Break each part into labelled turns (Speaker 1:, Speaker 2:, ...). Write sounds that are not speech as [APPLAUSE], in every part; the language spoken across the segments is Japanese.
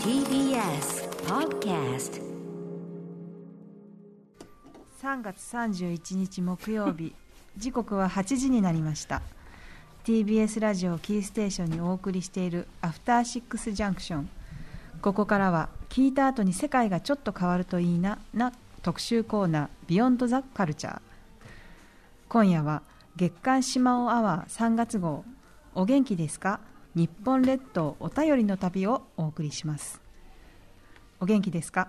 Speaker 1: TBS Podcast
Speaker 2: 3月31日木曜日 [LAUGHS] 時刻は8時になりました TBS ラジオキーステーションにお送りしている「アフターシックスジャンクション」ここからは聞いた後に世界がちょっと変わるといいなな特集コーナー「ビヨンドザカルチャー今夜は月刊シマオアワー3月号お元気ですか日本列島お便りの旅をお送りしますお元気ですか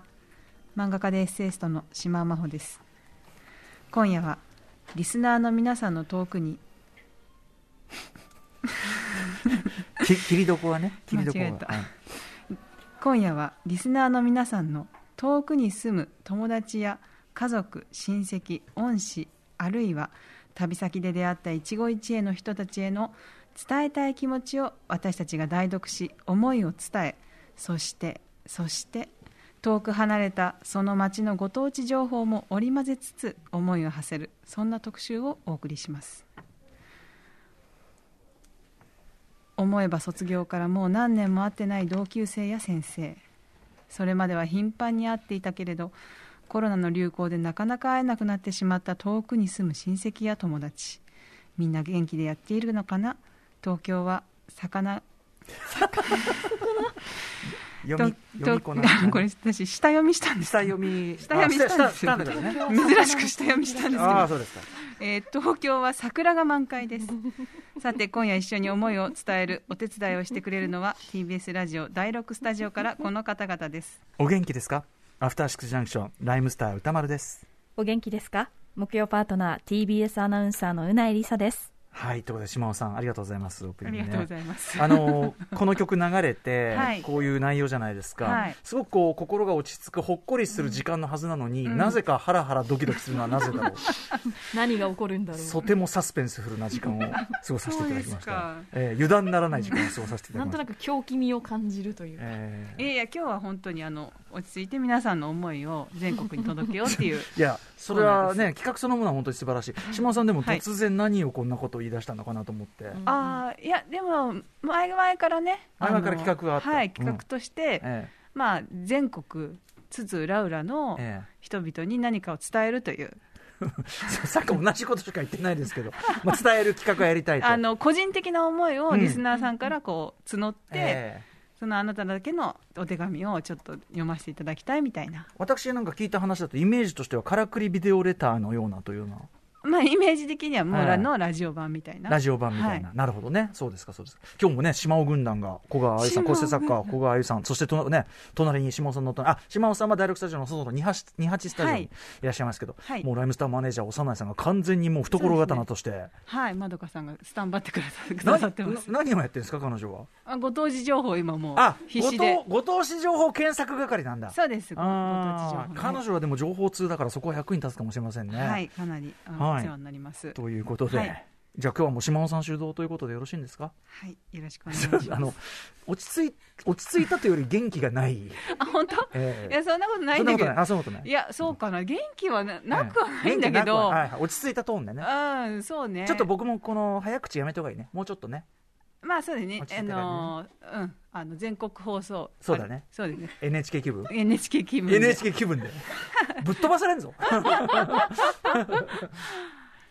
Speaker 2: 漫画家でエッセイストの島尾真帆です今夜はリスナーの皆さんのトークに
Speaker 3: き切りど
Speaker 2: [LAUGHS]
Speaker 3: こはね切りどこは
Speaker 2: 間違えた今夜はリスナーの皆さんの遠くに住む友達や家族親戚恩師あるいは旅先で出会った一期一会の人たちへの伝えたい気持ちを私たちが代読し思いを伝えそしてそして遠く離れたその町のご当地情報も織り交ぜつつ思いを馳せるそんな特集をお送りします思えば卒業からもう何年も会ってない同級生や先生それまでは頻繁に会っていたけれどコロナの流行でなかなか会えなくなってしまった遠くに住む親戚や友達みんな元気でやっているのかな東京は魚
Speaker 3: うん読み読み
Speaker 2: [LAUGHS]
Speaker 3: こな
Speaker 2: これ私下読みしたんです
Speaker 3: 下読み
Speaker 2: 下読みしたん
Speaker 3: あ
Speaker 2: ですよ
Speaker 3: んだけ
Speaker 2: [LAUGHS]
Speaker 3: どね
Speaker 2: 珍しく下読みしたんですけ
Speaker 3: ああ
Speaker 2: ど、
Speaker 3: そうですか
Speaker 2: えー東京は桜が満開ですさて今夜一緒に思いを伝えるお手伝いをしてくれるのは TBS ラジオ第6スタジオからこの方々です
Speaker 3: お元気ですかアフターシックスジャンクションライムスター歌丸です
Speaker 4: お元気ですか木曜パートナー TBS アナウンサーのうないりさです
Speaker 3: はいということで島尾さんありがとうございますオープ
Speaker 2: あ
Speaker 3: ニング
Speaker 2: りが
Speaker 3: ね
Speaker 2: とうございます
Speaker 3: あのこの曲流れて、
Speaker 2: はい
Speaker 3: こういう内容じゃないですか、
Speaker 2: はい
Speaker 3: すごくこう心が落ち着くほっこりする時間のはずなのに、なぜかハラハラドキドキするのはなぜだろ
Speaker 4: 何が起こるん
Speaker 2: [LAUGHS]
Speaker 4: だ
Speaker 3: う
Speaker 4: ろ
Speaker 3: とてもサスペンスフルな時間を過ごさせていただきまし
Speaker 2: そう
Speaker 3: た
Speaker 2: ですか、
Speaker 3: えー油断ならない時間を過ごさせていただきました
Speaker 4: く狂気味を感じるという
Speaker 3: えー
Speaker 2: いやいや今日は本当にあの落ち着いて皆さんの思いを全国に届けようっていう
Speaker 3: [LAUGHS] いやそれは
Speaker 2: そうな
Speaker 3: ね企画そのものは本当に素晴らしい島尾さんでも
Speaker 2: はい
Speaker 3: 突然何をこんなことを言い出したのかなと思って、
Speaker 2: ああいやでも前々からねあの
Speaker 3: 前々から企画があった
Speaker 2: は
Speaker 3: う
Speaker 2: い
Speaker 3: ん
Speaker 2: 企画として、
Speaker 3: え
Speaker 2: まあ全国津々浦々の
Speaker 3: ええ [LAUGHS]
Speaker 2: 人々に何かを伝えるという、
Speaker 3: えさっき同じことしか言ってないです
Speaker 2: [LAUGHS]
Speaker 3: けど、まあ、伝える企画はやりたいと
Speaker 2: あの個人的な思いを
Speaker 3: うん
Speaker 2: リスナーさんからこう募って、
Speaker 3: ええ
Speaker 2: そのあなただけのお手紙をちょっと読ませていただきたいみたいな、
Speaker 3: 私なんか聞いた話だとイメージとしてはからくりビデオレターのようなというような
Speaker 2: まあ、イメージ的にはもう
Speaker 3: は
Speaker 2: ら
Speaker 3: い
Speaker 2: のラジオ版みたいな
Speaker 3: ラジオ版みたいな、
Speaker 2: は
Speaker 3: なるほどねそうですかそうですか今日もね島尾軍団が古賀あゆさん
Speaker 2: 島尾
Speaker 3: 構成作家古賀あゆさんそしてと、ね、隣に島尾さんの隣あ島尾さんは第6スタジオの外の28 28スタジオ
Speaker 2: は
Speaker 3: に
Speaker 2: い
Speaker 3: いらっしゃいますけど、
Speaker 2: はい
Speaker 3: もうライムスターマネージャー幼いさんが完全にもう懐刀として、
Speaker 2: はいまどかさんがスタンバってくださく
Speaker 3: な
Speaker 2: ださってます
Speaker 3: な何をやってるんですか彼女は
Speaker 2: あご当地情報を今も
Speaker 3: あ
Speaker 2: う必
Speaker 3: ご
Speaker 2: 死で
Speaker 3: 当ご当地情報検索係なんだ
Speaker 2: そうですごご当地情
Speaker 3: あ
Speaker 2: 報
Speaker 3: ー
Speaker 2: ね
Speaker 3: 彼女はでも情報通だからそこは役に立つかもしれませんね、
Speaker 2: はいかなりあの
Speaker 3: はい
Speaker 2: お世話になります
Speaker 3: ということで、
Speaker 2: はい
Speaker 3: じゃあ今日はもう島尾さん主導ということでよろしいんですか
Speaker 2: はいよろしくお願いします
Speaker 3: あの落ち着い落ち着いたというより元気がない、
Speaker 2: あ本当
Speaker 3: え
Speaker 2: い
Speaker 3: え
Speaker 2: やそんなことない
Speaker 3: そ
Speaker 2: ん
Speaker 3: んな
Speaker 2: だ
Speaker 3: こ
Speaker 2: け
Speaker 3: と
Speaker 2: ど
Speaker 3: ないあそんなことない
Speaker 2: いやそうかな元気はななくはないんだけ
Speaker 3: 元気なくは
Speaker 2: ど
Speaker 3: はいはい落ち着いたトーンでね
Speaker 2: うんそうね
Speaker 3: ちょっと僕もこの早口やめた方がいいねもうちょっとね
Speaker 2: まあそうだね
Speaker 3: 落ち着い
Speaker 2: あ
Speaker 3: たからね
Speaker 2: のーうんあの全国放送
Speaker 3: そうだね
Speaker 2: あそうですね
Speaker 3: NHK 気分
Speaker 2: NHK 勤務
Speaker 3: NHK 気
Speaker 2: [LAUGHS]
Speaker 3: 分でぶっ飛ばされんぞ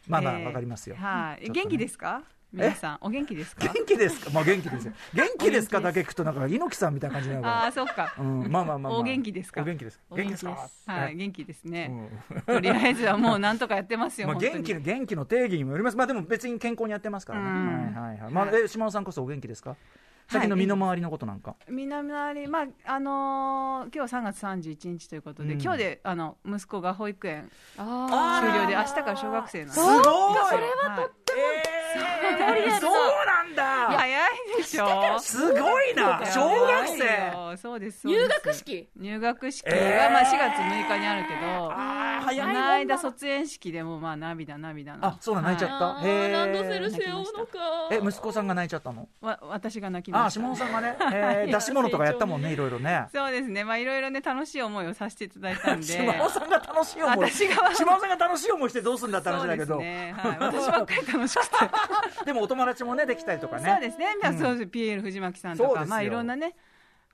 Speaker 3: まあまあ
Speaker 2: えー
Speaker 3: わかりますよ、
Speaker 2: はい、
Speaker 3: ちょっとね
Speaker 2: 元気ですか皆さんお元気ですか
Speaker 3: 元気ですかまあ元気ですよ元気ですかだけ聞くとなんか猪木さんみたいな感じになる
Speaker 2: あ
Speaker 3: か、
Speaker 2: あそうから
Speaker 3: うん、まあまあまあ、まあ、
Speaker 2: お元気ですか
Speaker 3: お元気です
Speaker 4: お元気です
Speaker 3: か
Speaker 2: はい、元気です
Speaker 3: う
Speaker 2: ね、
Speaker 3: ん
Speaker 2: とりあえずはもうなんとかやってますよ、
Speaker 3: [LAUGHS] まあ、
Speaker 2: 本当に
Speaker 3: 元気の元気の定義にもよります、まあ、でも別に健康にやってますからね、
Speaker 2: うん
Speaker 3: はいはいはいまあ、え島尾さんこそお元気ですか、最近の身の回りのことなんか、
Speaker 2: 南なり、まああのー今日3月31日ということで、
Speaker 3: うん
Speaker 2: 今日であの息子が保育園
Speaker 4: あ
Speaker 2: 終了で明日から小学生なんです
Speaker 3: ごい
Speaker 2: それはとって
Speaker 3: えーそうなんだ
Speaker 2: 早いでしょ
Speaker 3: すごいな
Speaker 2: そうだよ
Speaker 3: 小学生
Speaker 2: そうですそうです
Speaker 5: 入学式
Speaker 2: 入学式
Speaker 3: え
Speaker 2: は
Speaker 3: ー
Speaker 2: まあ4月6日にあるけど、
Speaker 3: あー
Speaker 2: こ
Speaker 3: 早い
Speaker 2: の間卒園式でもまあ涙涙の
Speaker 3: あそうなん泣いちゃっ
Speaker 5: あー
Speaker 3: たへー
Speaker 5: ランドセル背負うのか
Speaker 3: え息子さんが泣いちゃったの
Speaker 2: わ私が泣き
Speaker 3: あ
Speaker 2: ま
Speaker 3: あ
Speaker 2: した
Speaker 3: 下野さんが
Speaker 2: [LAUGHS]
Speaker 3: ね、えー、出し物とかやったもんねいろいろね
Speaker 2: そうですねまあいろいろね楽しい思いをさせていただいたんで
Speaker 3: [LAUGHS] 下野さんが楽しい思い
Speaker 2: 私が
Speaker 3: 下野さんが楽しい思いしてどうすんだって話だけ
Speaker 2: そ
Speaker 3: ど
Speaker 2: うですね、はい、私ばっかり楽しくて
Speaker 3: [LAUGHS] でもお友達もねできたりとかね
Speaker 2: そうですね、まあ
Speaker 3: うん
Speaker 2: そうですピエール藤巻さんと
Speaker 3: そうで
Speaker 2: か
Speaker 3: すよ
Speaker 2: まあいろんなね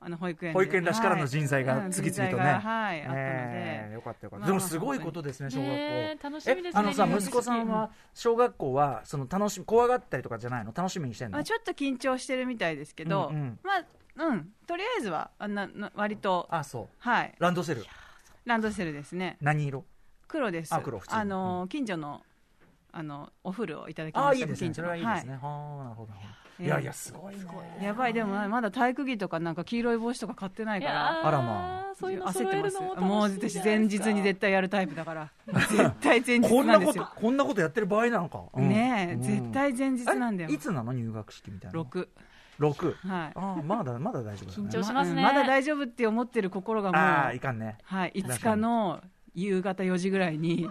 Speaker 2: あの保育園で
Speaker 3: 保育園らしからの人材
Speaker 2: はい
Speaker 3: が
Speaker 2: うん
Speaker 3: 次々
Speaker 2: 人
Speaker 3: とね、
Speaker 2: 材がはいあったので、
Speaker 3: ええよかったよかった、
Speaker 2: まあ
Speaker 3: でもすごいことですね小学校、
Speaker 5: ねえ楽しみですね
Speaker 3: えあのさ
Speaker 5: 入学式
Speaker 3: 息子さんは小学校はその楽しみ怖がったりとかじゃないの楽しみにしてんの
Speaker 2: まあ、ちょっと緊張してるみたいですけど、
Speaker 3: うんうん
Speaker 2: まあうんとりあえずはあんなな割と
Speaker 3: あそう
Speaker 2: はい
Speaker 3: ランドセル
Speaker 2: ランドセルですね
Speaker 3: 何色
Speaker 2: 黒です
Speaker 3: あ黒普通
Speaker 2: のー近所のあのおフルをいただき
Speaker 3: あ
Speaker 2: ま
Speaker 3: あ
Speaker 2: し
Speaker 3: い
Speaker 2: た
Speaker 3: いですね
Speaker 2: 近
Speaker 3: そ
Speaker 2: 所
Speaker 3: れ
Speaker 2: の
Speaker 3: はいいですね、はあなるほどなるほどいやいやすごいね
Speaker 2: はいやばいでもまだ体育着とかなんか黄色い帽子とか買ってない
Speaker 5: い
Speaker 2: か
Speaker 5: や
Speaker 2: ら
Speaker 5: ー
Speaker 3: あらま
Speaker 5: そういうの揃えるのも楽しい
Speaker 2: もう
Speaker 5: じゃないです
Speaker 2: 私
Speaker 5: か
Speaker 2: 前日に絶対やるタイプだから絶対前
Speaker 3: こ
Speaker 2: 日
Speaker 3: ん
Speaker 2: な
Speaker 3: なん
Speaker 2: で
Speaker 3: こ
Speaker 2: す
Speaker 3: と
Speaker 2: よ
Speaker 3: こんなことやってる場合なのか、うん
Speaker 2: ねえ、
Speaker 3: うん
Speaker 2: 絶対前日なんだよ
Speaker 3: あれいつなの入学式みたいなの
Speaker 2: 6
Speaker 3: 6
Speaker 2: はい
Speaker 3: ああまだまだ大丈夫だ、
Speaker 5: 緊
Speaker 3: ね、
Speaker 5: 張しますね
Speaker 2: まだ大丈夫って思ってる心がもう
Speaker 3: ああいかんね
Speaker 2: はい、5日の夕方4時ぐらい [LAUGHS] に、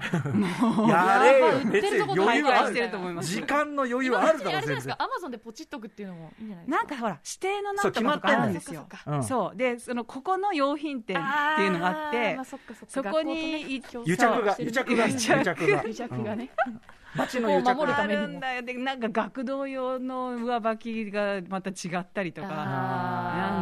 Speaker 2: もう、
Speaker 3: やれよ
Speaker 5: やっぱ売ってるとこ
Speaker 3: 別に余
Speaker 2: 徘
Speaker 3: 裕
Speaker 2: 徊
Speaker 3: あ
Speaker 5: 大
Speaker 2: し
Speaker 3: る
Speaker 2: てると思います。
Speaker 3: 時間の余裕はあ
Speaker 5: あ
Speaker 3: る
Speaker 5: る
Speaker 3: だ
Speaker 5: だ
Speaker 3: ろ
Speaker 5: ろ
Speaker 3: 全
Speaker 5: うです
Speaker 3: 然
Speaker 5: かアマゾンでポチっとくっていうのもいいんじゃないです
Speaker 2: な
Speaker 5: か
Speaker 2: んかほら、指定のな
Speaker 3: そうん
Speaker 2: とかとかあるんです
Speaker 5: そ
Speaker 2: よ
Speaker 5: っ。か
Speaker 3: うん
Speaker 2: そう。で、その、ここの用品店っていうのがあって、
Speaker 5: ーそっかそっか
Speaker 2: そこに行っ
Speaker 5: 学校とね [LAUGHS]
Speaker 3: 癒着が
Speaker 5: 競争
Speaker 3: 癒着が
Speaker 5: してる
Speaker 3: 癒着が
Speaker 5: 癒着がね、
Speaker 3: 街の癒
Speaker 5: ここを
Speaker 3: 着
Speaker 5: 守る
Speaker 3: が
Speaker 5: た
Speaker 2: あ
Speaker 5: め
Speaker 2: るんだよ。で、なんか学童用の上履きがまた違ったりとか、な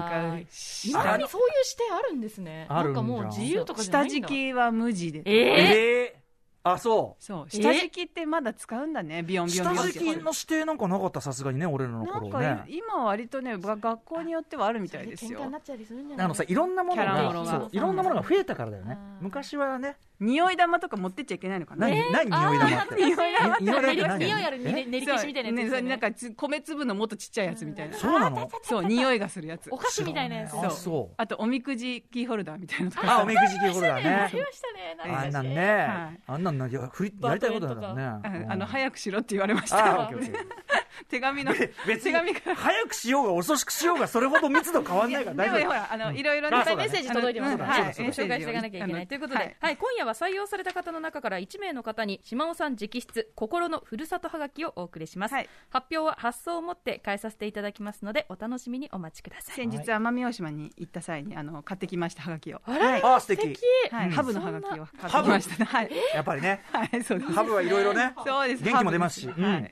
Speaker 5: あー
Speaker 2: んか、
Speaker 5: い
Speaker 2: 下
Speaker 5: まだにそういう指定あるんですね
Speaker 3: あるん
Speaker 5: なん
Speaker 3: だ
Speaker 5: かもう自由とかじゃな
Speaker 2: 下
Speaker 5: いん
Speaker 2: 敷
Speaker 5: だ
Speaker 2: きは無地で。
Speaker 5: ええ
Speaker 3: ええあそ
Speaker 2: そう。
Speaker 5: え
Speaker 2: 下敷きってまだ使うんだね、ビヨン
Speaker 3: う
Speaker 2: ビヨンビヨ
Speaker 3: 下
Speaker 2: ンっ
Speaker 3: 敷
Speaker 2: て
Speaker 3: きの指定なんかなかったさすがにね俺らの
Speaker 2: なん
Speaker 3: 頃
Speaker 2: か
Speaker 3: ね
Speaker 2: い今は割とね、が学校によってはあるみたいです
Speaker 5: 喧嘩に
Speaker 2: よ
Speaker 5: な。っちゃったりするんじゃない
Speaker 3: あのさいろんなもの
Speaker 2: キャラ
Speaker 3: が
Speaker 2: ものが
Speaker 3: そういろんなものが増えたからだよね
Speaker 5: うん
Speaker 3: 昔はね
Speaker 2: 匂い玉とか持ってっちゃいけないのかな。
Speaker 3: 何何匂い玉って
Speaker 5: 匂いが
Speaker 3: 匂いが
Speaker 5: 匂いあるね
Speaker 3: え
Speaker 5: 練り消しみたいなやつです
Speaker 2: ね
Speaker 5: よ
Speaker 2: そう
Speaker 5: ね
Speaker 2: なんかつ米粒のもっとちっちゃいやつみたいな、
Speaker 3: そうなの
Speaker 5: [LAUGHS]
Speaker 2: そう匂いがするやつ
Speaker 5: お菓子みたいなやつ
Speaker 3: あそう
Speaker 2: あとおみくじキーホルダーみたいなのとか
Speaker 3: あおみくじキーホルダー
Speaker 5: あり
Speaker 3: ね
Speaker 5: ましたねなんか
Speaker 3: あんなん
Speaker 2: は
Speaker 3: ね
Speaker 2: い
Speaker 3: あんなんなやふりやりたいことなんだ
Speaker 2: あ
Speaker 3: ろうね
Speaker 2: あの
Speaker 3: く
Speaker 2: 早くしろって言われまし
Speaker 3: あオ
Speaker 2: た
Speaker 3: ッケーオッケー
Speaker 2: [LAUGHS] 手紙の
Speaker 3: べ別
Speaker 2: 手紙
Speaker 3: に
Speaker 2: から
Speaker 3: 早くしようが遅くしようがそれほど密度変わんないから
Speaker 2: で
Speaker 3: 大
Speaker 2: もね
Speaker 3: 丈
Speaker 2: ほ
Speaker 3: 夫
Speaker 2: らあのいろいろね
Speaker 3: あそうだね
Speaker 5: メッセージ届いてますから、
Speaker 2: そ
Speaker 5: は
Speaker 2: うだ
Speaker 5: い、
Speaker 2: そうだそう
Speaker 5: 紹
Speaker 2: だ
Speaker 5: 介していかなきゃいけ
Speaker 2: あ
Speaker 5: な
Speaker 2: の
Speaker 5: いということで、
Speaker 2: は
Speaker 5: はいい今夜は採用された方の中から1名の方に島尾さん直筆心のふるさとはがきをお送りします、
Speaker 2: はい
Speaker 5: 発表は発送をもって返させていただきますのでお楽しみにお待ちください
Speaker 2: 先日奄美大島に行った際にあの買ってきましたはがきをはい
Speaker 3: あー素敵
Speaker 2: はい
Speaker 3: うん
Speaker 2: ハブのはがきを買ってきましたねはい
Speaker 3: やっぱりね
Speaker 2: はいそうです
Speaker 3: ハブはいろいろね
Speaker 2: そうです
Speaker 3: 元気も出ますし
Speaker 2: ハブです
Speaker 3: うん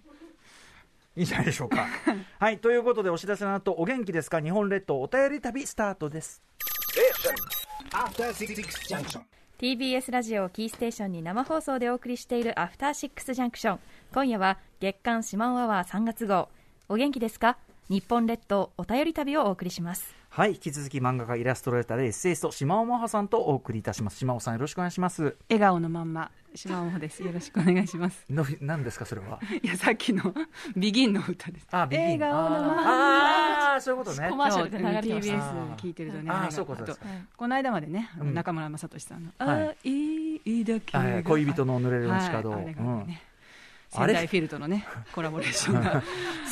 Speaker 3: いいんじゃないでしょうか
Speaker 2: [LAUGHS]
Speaker 3: はいということでお知らせの後お元気ですか日本列島お便り旅スタートです
Speaker 6: After Six Junction.
Speaker 4: TBS ラジオをキーステーションに生放送でお送りしているアフターシックスジャンクション今夜は月刊シマオアワー3月号お元気ですか日本列島お便り旅をお送りします
Speaker 3: はい引き続き漫画家イラストレーターでエッセイスト島尾真帆さんとお送りいたします島尾さんよろしくお願いします
Speaker 2: 笑顔のまんま島尾ですよろしくお願いします
Speaker 3: の何ですかそれ
Speaker 2: [LAUGHS]
Speaker 3: はい
Speaker 2: やさっきのビギンの歌です
Speaker 3: あビギン
Speaker 2: 映画を生
Speaker 3: ああーそうい
Speaker 2: [LAUGHS]
Speaker 3: うことね
Speaker 5: コマーシャルで流れてきまし
Speaker 3: そう
Speaker 5: た
Speaker 2: TBS 聞いてるとね
Speaker 3: あー
Speaker 2: なんか
Speaker 3: そういうことです
Speaker 2: あとこの間までねあの中村雅俊さんの「
Speaker 3: はい
Speaker 2: あいいだけが」
Speaker 3: はい恋人の濡れる街角、
Speaker 2: はいあれがね仙
Speaker 3: あれ
Speaker 2: 台フィルとのねコラボレーションが
Speaker 3: うん
Speaker 2: も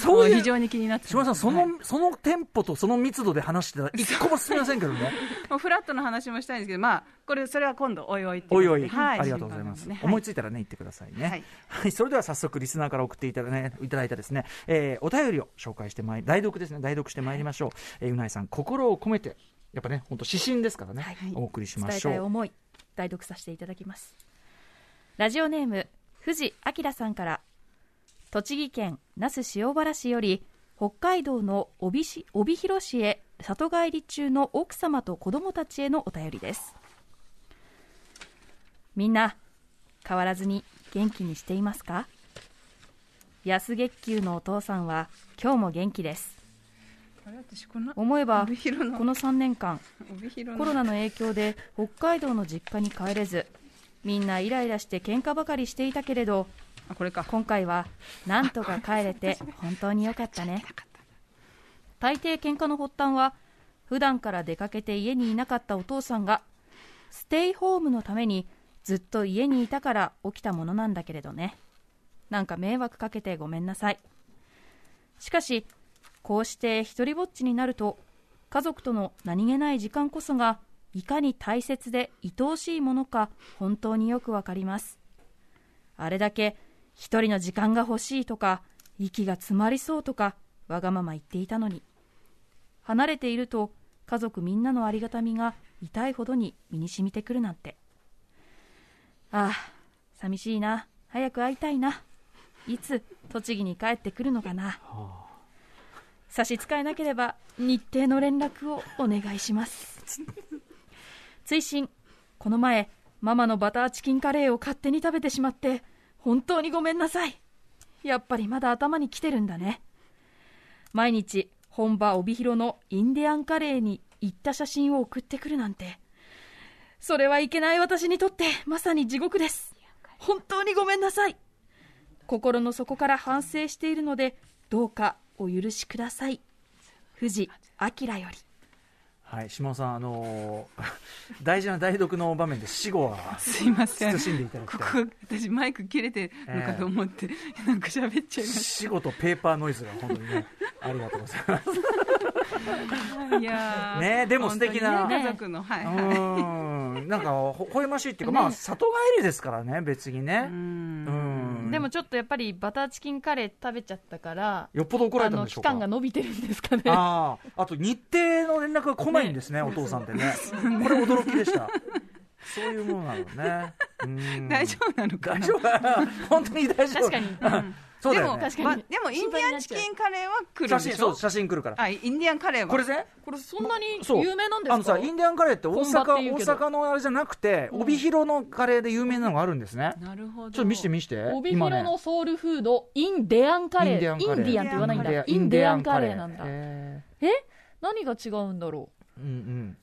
Speaker 3: そう
Speaker 2: う
Speaker 3: い
Speaker 2: 非
Speaker 3: う
Speaker 2: 常に気になって
Speaker 3: 島尾さんその、
Speaker 2: はい
Speaker 3: そのテンポとその密度で話してたら一個も進みませんけど
Speaker 2: [LAUGHS]
Speaker 3: ね
Speaker 2: もうフラットの話もしたいんですけどまあこれそれは今度おいおいって
Speaker 3: お
Speaker 2: う
Speaker 3: い
Speaker 2: こと
Speaker 3: お
Speaker 2: で
Speaker 3: い、
Speaker 2: は
Speaker 3: ありがとうございます、
Speaker 2: 新刊なの
Speaker 3: 思
Speaker 2: でね
Speaker 3: いついたらね言ってくださいねは
Speaker 2: はいい、
Speaker 3: それでは早速リスナーから送っていただ,、ね、いただいたですね、えーお便りを紹介してまい代読ですね代読してまいりましょう、えーうないさん心を込めてやっぱね本当指針ですからね、
Speaker 4: はい
Speaker 3: お送りしま
Speaker 4: 伝え
Speaker 3: した
Speaker 4: い
Speaker 3: ょう
Speaker 4: 思い代読させていただきますラジオネーム藤明さんから栃木県那須塩原市より北海道の帯し帯広市へ里帰り中の奥様と子供たちへのお便りですみんな変わらずに元気にしていますか安月給のお父さんは今日も元気です
Speaker 2: あれ私この
Speaker 4: 思えば
Speaker 2: 帯広の
Speaker 4: この3年間
Speaker 2: 帯広の
Speaker 4: コロナの影響で北海道の実家に帰れずみんなイライラして喧嘩ばかりしていたけれど
Speaker 2: あこれか
Speaker 4: 今回はなんとか帰れて本当に良かったね大抵喧嘩の発端は普段から出かけて家にいなかったお父さんがステイホームのためにずっと家にいたから起きたものなんだけれどねなんか迷惑かけてごめんなさいしかしこうして一りぼっちになると
Speaker 7: 家族との何気ない時間こそがいかに大切で愛おしいものか本当によくわかりますあれだけ一人の時間が欲しいとか息が詰まりそうとかわがまま言っていたのに離れていると家族みんなのありがたみが痛いほどに身に染みてくるなんてああ寂しいな早く会いたいないつ栃木に帰ってくるのかな差し支えなければ日程の連絡をお願いします追伸この前ママのバターチキンカレーを勝手に食べてしまって本当にごめんなさいやっぱりまだ頭に来てるんだね毎日本場帯広のインディアンカレーに行った写真を送ってくるなんてそれはいけない私にとってまさに地獄です本当にごめんなさい心の底から反省しているのでどうかお許しください藤明より
Speaker 3: はい、島尾さん、あのー [LAUGHS] 大事な代読の場面で死後は
Speaker 2: すいません。
Speaker 3: 慎んでいただき
Speaker 2: [LAUGHS] こ
Speaker 3: たい。
Speaker 2: こ、私マイク切れてるのかと思って、なんか喋っちゃいまし
Speaker 3: 死後とペーパーノイズが本当にね、ありがとうございます。
Speaker 2: た。い [LAUGHS] やー
Speaker 3: ねえでも素敵な
Speaker 2: 本当にね家族の、は
Speaker 3: う
Speaker 2: い、はい。
Speaker 3: ーん、なんかほほえましいっていうか、まあ里帰りですからね、別にね。うん。
Speaker 4: でもちょっとやっぱりバターチキンカレー食べちゃったから
Speaker 3: よっぽど怒ら
Speaker 4: あ
Speaker 3: れたん
Speaker 4: の
Speaker 3: でしょ
Speaker 4: 期
Speaker 3: うか。
Speaker 4: 間が伸びてるんですかね
Speaker 3: ああ、あと日程の連絡が来ないんです
Speaker 4: [LAUGHS]
Speaker 3: ね、お父さんってね。これ驚きでした。そういうものなのね。うん
Speaker 2: 大丈夫なのか
Speaker 3: 大
Speaker 2: な
Speaker 3: 丈夫本当に大丈夫。
Speaker 4: 確かに
Speaker 3: そうだ
Speaker 2: で
Speaker 3: よ
Speaker 2: も、
Speaker 3: ね。
Speaker 4: 確かに
Speaker 2: までもインディアンチキンカレーは来る
Speaker 3: 写
Speaker 2: んで
Speaker 3: 真、
Speaker 2: し
Speaker 3: そ
Speaker 2: ょ
Speaker 3: う、写真来るから。
Speaker 2: あ、インディアンカレーは。
Speaker 3: これね、
Speaker 4: これそんなに
Speaker 3: そう
Speaker 4: 有名なんで
Speaker 3: あ
Speaker 4: す
Speaker 3: の
Speaker 4: か
Speaker 3: さ、インディアンカレーって大
Speaker 4: 本場って
Speaker 3: 阪、
Speaker 4: 言う
Speaker 3: 大
Speaker 4: けど
Speaker 3: 阪のあれじゃなくて、帯広のカレーで有名なのがあるんですね。ちょ
Speaker 2: なるほど。
Speaker 3: っと見して見して。
Speaker 4: 帯
Speaker 3: 今ね
Speaker 4: 広のソウルフード、インデアンカレーインデ
Speaker 3: インデ
Speaker 4: ィアンって言わないんだインデアンカレーなんだ、
Speaker 3: え
Speaker 4: え何が違うんだろ
Speaker 3: ーうんうん。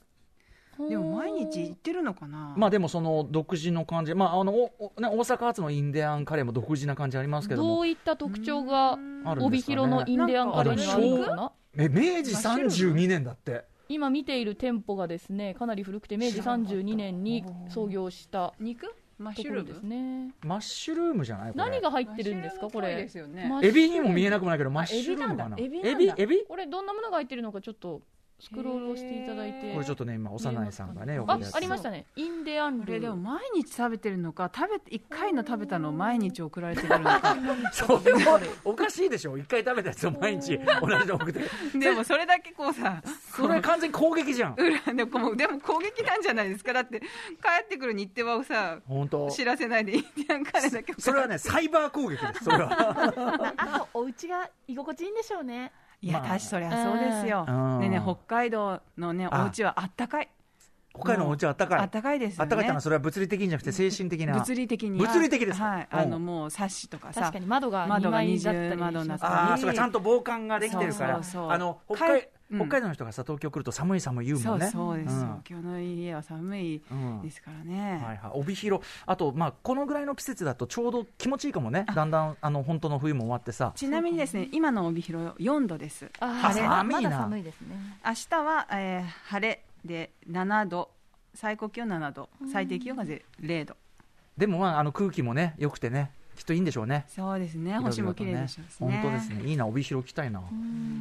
Speaker 4: う
Speaker 2: でも毎日行ってるのかな
Speaker 3: まあでもその独自の感じ、まああのおおね、大阪発のインデアンカレーも独自な感じありますけど
Speaker 4: ど
Speaker 3: も、
Speaker 4: ういった特徴が
Speaker 3: あるん
Speaker 4: 帯
Speaker 3: ですかね
Speaker 4: 広のインデアンカレーにはあるのかな
Speaker 3: え明治32年だって、
Speaker 4: 今見ている店舗がですねかなり古くて明治32年に創業した
Speaker 2: 肉マッ
Speaker 4: と
Speaker 2: シ
Speaker 4: こ
Speaker 2: ュ
Speaker 4: ろ
Speaker 2: ル
Speaker 4: で
Speaker 2: ー
Speaker 4: す
Speaker 2: ム
Speaker 4: ね
Speaker 3: マッシュルームじゃないこれ
Speaker 4: 何が入ってるんですかこ
Speaker 2: マッシュルームっぽい
Speaker 4: れ
Speaker 2: ですよね。
Speaker 4: マッシュ
Speaker 3: エビにも見えなくもないけど、マッシュルームかな。
Speaker 4: あエビなんだ
Speaker 3: エビエビ
Speaker 4: これどんなものが入ってるのかちょっとスクロールをしていただいて
Speaker 3: これちょっとね、今、幼いさんがね、
Speaker 4: あ
Speaker 3: 横でやって
Speaker 4: ありましたねインデアン
Speaker 2: こ
Speaker 4: ル
Speaker 2: れでも
Speaker 4: ー
Speaker 2: 毎日食べてるのか食べて1回の食べたのを毎日送られてくるのか
Speaker 3: それもおかしいでしょ、一回食べたやつを毎日同じの送って、
Speaker 2: [LAUGHS] でもそれだけこうさ
Speaker 3: それ完全に攻撃じゃん。
Speaker 2: 裏 [LAUGHS] でもでも攻撃なんじゃないですかだって帰ってくる日程はさ
Speaker 3: 本当。
Speaker 2: 知らせないでインディアンカレーだけ
Speaker 3: それはね、サイバー攻撃です、それ
Speaker 4: [LAUGHS]
Speaker 3: は。
Speaker 4: ムあとお家が居心地いいんでしょうね
Speaker 2: いや
Speaker 3: まあ
Speaker 2: 確かそりゃそうですよ
Speaker 3: うん
Speaker 2: でね北海道のね
Speaker 3: あ
Speaker 2: お家はあったかい
Speaker 3: 他のお家はあったかい。
Speaker 2: あったかいです
Speaker 3: あ
Speaker 2: よ
Speaker 3: ったかいっての
Speaker 2: ね
Speaker 3: は、それは物理的にじゃなくて、精神的な。
Speaker 2: 物理的に
Speaker 3: 物理的ですか
Speaker 2: はい
Speaker 3: うん
Speaker 2: あのもうサッシとかさ
Speaker 4: 確かに窓が
Speaker 2: 窓が
Speaker 4: 2枚
Speaker 2: 二
Speaker 4: だったり
Speaker 2: 重窓
Speaker 4: し
Speaker 2: になっ
Speaker 4: ますね
Speaker 2: た
Speaker 3: ああ、そうか、ちゃんと防寒ができてるから。
Speaker 2: そうそうそう
Speaker 3: あの、北海
Speaker 2: かい、うん
Speaker 3: 北海道の人がさ、東京来ると寒い寒い言うも
Speaker 2: そ
Speaker 3: ん
Speaker 2: う
Speaker 3: ね。
Speaker 2: そうです
Speaker 3: ん
Speaker 2: よ今日の家は寒い
Speaker 3: うん
Speaker 2: ですからね
Speaker 3: はいはい、帯広、あと、まあ、このぐらいの季節だとちょうど気持ちいいかもね、だんだんあの本当の冬も終わってさ、
Speaker 2: ちなみにですね、今の帯広4度です。
Speaker 4: あー
Speaker 3: あ寒いな
Speaker 4: まだ寒いですね
Speaker 2: 明日は、えー晴れで7度、最高気温7度、最低気温がぜ0度。
Speaker 3: でも、まあ、あの空気もね、良くてね、きっといいんでしょうね。
Speaker 2: そうですね、星も綺麗でしょうしね。
Speaker 3: 本当ですね、いいな、帯広行きたいな。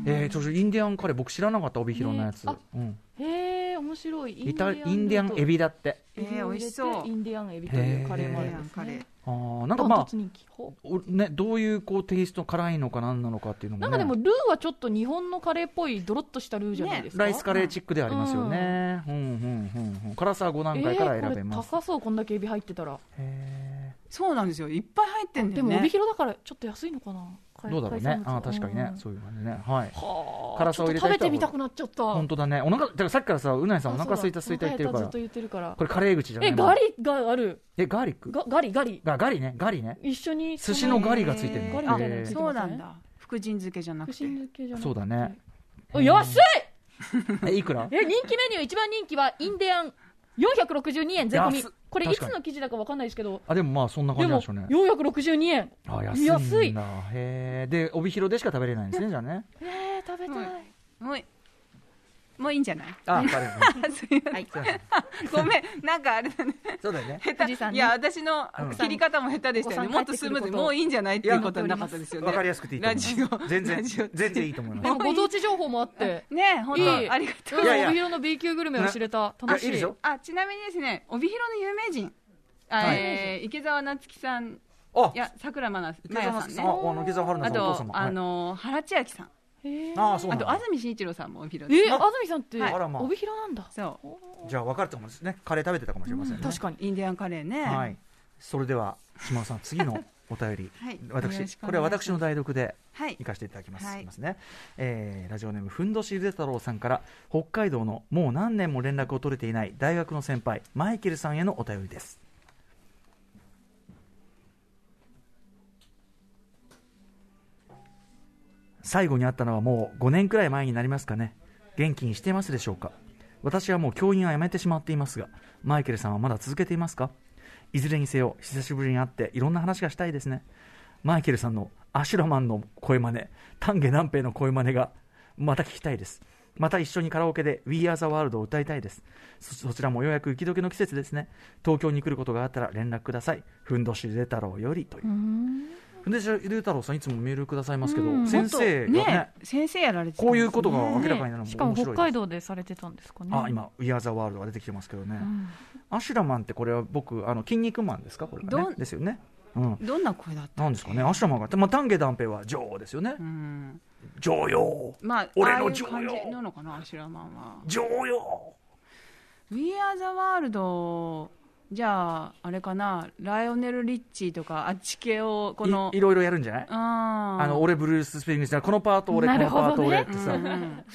Speaker 3: えー、ちょっとインディアンカレー、僕知らなかった、帯広のやつ。
Speaker 4: ね
Speaker 3: うん、
Speaker 4: へえ面白い
Speaker 3: イタインディアンエビだって。
Speaker 2: えー美味しそう
Speaker 4: インディアンエビというカレーもあるん
Speaker 2: インディアン
Speaker 4: です
Speaker 2: カレー
Speaker 4: ね。
Speaker 3: あーな
Speaker 4: なん
Speaker 3: かまあ、
Speaker 4: 人気ほ
Speaker 3: おね、どういうこうテイスト、辛いのか、なんなのかっていうの
Speaker 4: う
Speaker 3: も、
Speaker 4: な
Speaker 3: ね。
Speaker 4: んかでもルーはちょっと日本のカレーっぽいドロッとしたルーじゃないですか。
Speaker 3: ライスカレーチックではありますよね。うん、うん、うん、うん。辛さは5段階から選べます。
Speaker 4: えーこれ高そうこんだけエビ入ってたら。
Speaker 3: へ
Speaker 2: そうなんですよ、いっぱい入ってんだ
Speaker 4: で
Speaker 2: よ
Speaker 4: も
Speaker 2: ね。
Speaker 4: 帯広だからちょっと安いのかな。
Speaker 3: ー
Speaker 4: 買え
Speaker 3: どうだろうね。あー確かにね、。
Speaker 4: 買えそ
Speaker 3: そう
Speaker 4: うな
Speaker 3: いう感じね。はい。
Speaker 4: 気がうんはあ
Speaker 3: 辛さを入れた
Speaker 4: ちょ
Speaker 3: 人は
Speaker 4: っと食べてみたくなっちゃった。
Speaker 3: 本当だね。お腹、だからさっきからさ、うないさんお腹
Speaker 4: あ
Speaker 3: すいたすいた言ってるか
Speaker 4: そう
Speaker 3: ら。
Speaker 4: だお腹減たずっと
Speaker 3: こ
Speaker 4: 言ってるから。
Speaker 3: れカレー口じゃない
Speaker 4: えガリがある。
Speaker 3: え、ガーリック
Speaker 4: がガリガリ。
Speaker 3: ガガリね、ガリね。
Speaker 4: 一緒に
Speaker 3: 寿司のガリがついてる
Speaker 2: え
Speaker 3: の
Speaker 2: ー
Speaker 4: ガリ
Speaker 2: あ
Speaker 4: みたいなのついてますね
Speaker 2: そうなんだ。福神漬けじゃな
Speaker 4: 福
Speaker 2: くて
Speaker 4: 神。漬けじゃなくて
Speaker 3: そうだね。
Speaker 4: あ安い。
Speaker 3: え、いくら
Speaker 4: え人気メニュー一番人気はインディアン462円税込み
Speaker 3: 安っ
Speaker 4: これい
Speaker 3: 確
Speaker 4: つ
Speaker 3: かに
Speaker 4: の記事だかわかんないですけど
Speaker 3: あ、でもまあそんな感
Speaker 4: で
Speaker 3: じなん
Speaker 4: も
Speaker 3: でしょうね。
Speaker 4: 462円
Speaker 3: あ、安
Speaker 4: 安
Speaker 3: いん
Speaker 4: い
Speaker 3: だ。へえ。で、帯広でしか食べれないんですね、じゃあね。
Speaker 4: えー、食べたい、
Speaker 2: はいもういいんじゃない
Speaker 3: あ、わかる
Speaker 2: [LAUGHS] すいません
Speaker 3: そうだね
Speaker 2: ごめんなんかあれだね
Speaker 3: そうだよね。
Speaker 2: 下
Speaker 4: おじさん
Speaker 2: 手
Speaker 4: ね
Speaker 2: いや私の
Speaker 3: うん
Speaker 2: 切り方も下手でしたよね
Speaker 4: お
Speaker 2: も
Speaker 4: 子さ
Speaker 2: っ
Speaker 4: ん
Speaker 2: とス
Speaker 4: 帰って
Speaker 2: ム
Speaker 4: く
Speaker 2: ー
Speaker 4: る
Speaker 2: ズ
Speaker 4: こ
Speaker 2: に
Speaker 4: と
Speaker 2: もういいんじゃないっていうことはなかったですよね
Speaker 3: [LAUGHS] わかりやすくていいと思います
Speaker 2: ラジオ
Speaker 3: 全然
Speaker 2: ラジオ
Speaker 3: 全然いいと思いま
Speaker 4: でもご当地情報もあって
Speaker 2: ねえ本
Speaker 4: いい
Speaker 2: 当ありがとう
Speaker 4: うん
Speaker 3: いやいや
Speaker 4: 帯広の B 級グルメを知れた
Speaker 3: す。い
Speaker 4: 楽し
Speaker 3: やいいでしょ。
Speaker 2: あちなみにですね帯広の有名人、あえー池澤夏樹さん
Speaker 3: あ
Speaker 2: い、やさくらまな
Speaker 3: 池
Speaker 2: まや
Speaker 3: 澤
Speaker 2: さ
Speaker 3: さ
Speaker 2: ん
Speaker 3: ん、
Speaker 2: ね
Speaker 3: あ、あの池澤春
Speaker 2: あ
Speaker 3: 菜さんのお父
Speaker 2: と
Speaker 3: 様。はい
Speaker 2: あの原千秋さん
Speaker 3: あー、そうな
Speaker 2: あ
Speaker 3: ん
Speaker 2: と
Speaker 3: だ
Speaker 2: 安。住紳一郎さんも帯広
Speaker 4: え
Speaker 2: で
Speaker 4: 安住さんって
Speaker 3: はいあらまあ
Speaker 4: 帯広なんだ
Speaker 2: そう
Speaker 3: じゃあ分かると思うんですね。カレー食べてたかもしれませんね。
Speaker 4: 確かに
Speaker 2: インディアンカレーね、
Speaker 3: はい。それでは島尾さん次のお便り
Speaker 2: はい、よろ
Speaker 3: 私
Speaker 2: しくお
Speaker 3: これは
Speaker 2: 願いします
Speaker 3: 私の代読で
Speaker 2: はい
Speaker 3: 行かせていただきます。
Speaker 2: はい
Speaker 3: すいませんね、えーラジオネームふんどしゆで太郎さんから北海道のもう何年も連絡を取れていない大学の先輩マイケルさんへのお便りです。最後に会ったのはもう5年くらい前になりますかね元気にしていますでしょうか私はもう教員は辞めてしまっていますがマイケルさんはまだ続けていますかいずれにせよ久しぶりに会っていろんな話がしたいですねマイケルさんのアシュラマンの声真似丹下南平の声真似がまた聞きたいですまた一緒にカラオケで We Are the World を歌いたいですそそちらもようやく雪解けの季節ですね東京に来ることがあったら連絡くださいふんどしゆで太郎よりというふんどしゆで太郎さんいつもメールくださいますけど先生が
Speaker 2: ね
Speaker 3: ね
Speaker 2: 先生やられてたんですね
Speaker 3: こういうことが明らかになるのも面白いで
Speaker 4: ね
Speaker 3: す
Speaker 4: しかも北海道でされてたんですかね
Speaker 3: あ今「ウィアー・ザ・ワールド」が出てきてますけどね、アシュラマンってこれは僕あの筋肉マンですかこれは
Speaker 2: ど
Speaker 3: ね
Speaker 2: ん
Speaker 3: ですよねうん
Speaker 2: どんな声だった
Speaker 3: なんですかねアシュラマンが、まあ、丹下断平は女王ですよね
Speaker 2: うん
Speaker 3: 女王
Speaker 2: まあ
Speaker 3: 俺
Speaker 2: ああい
Speaker 3: の
Speaker 2: う
Speaker 3: 女
Speaker 2: 感じな
Speaker 3: 王
Speaker 2: のかなアシュラマンは
Speaker 3: 女王
Speaker 2: We are the world じゃああれかなライオネル・リッチーとかあっち系をこの
Speaker 3: いいろいろやるんじゃない
Speaker 2: あ
Speaker 3: あの俺ブルース・スペリングスだこのパート俺、
Speaker 4: な
Speaker 3: こ
Speaker 4: る
Speaker 3: のパー
Speaker 4: ほどね
Speaker 3: ト俺ってさ、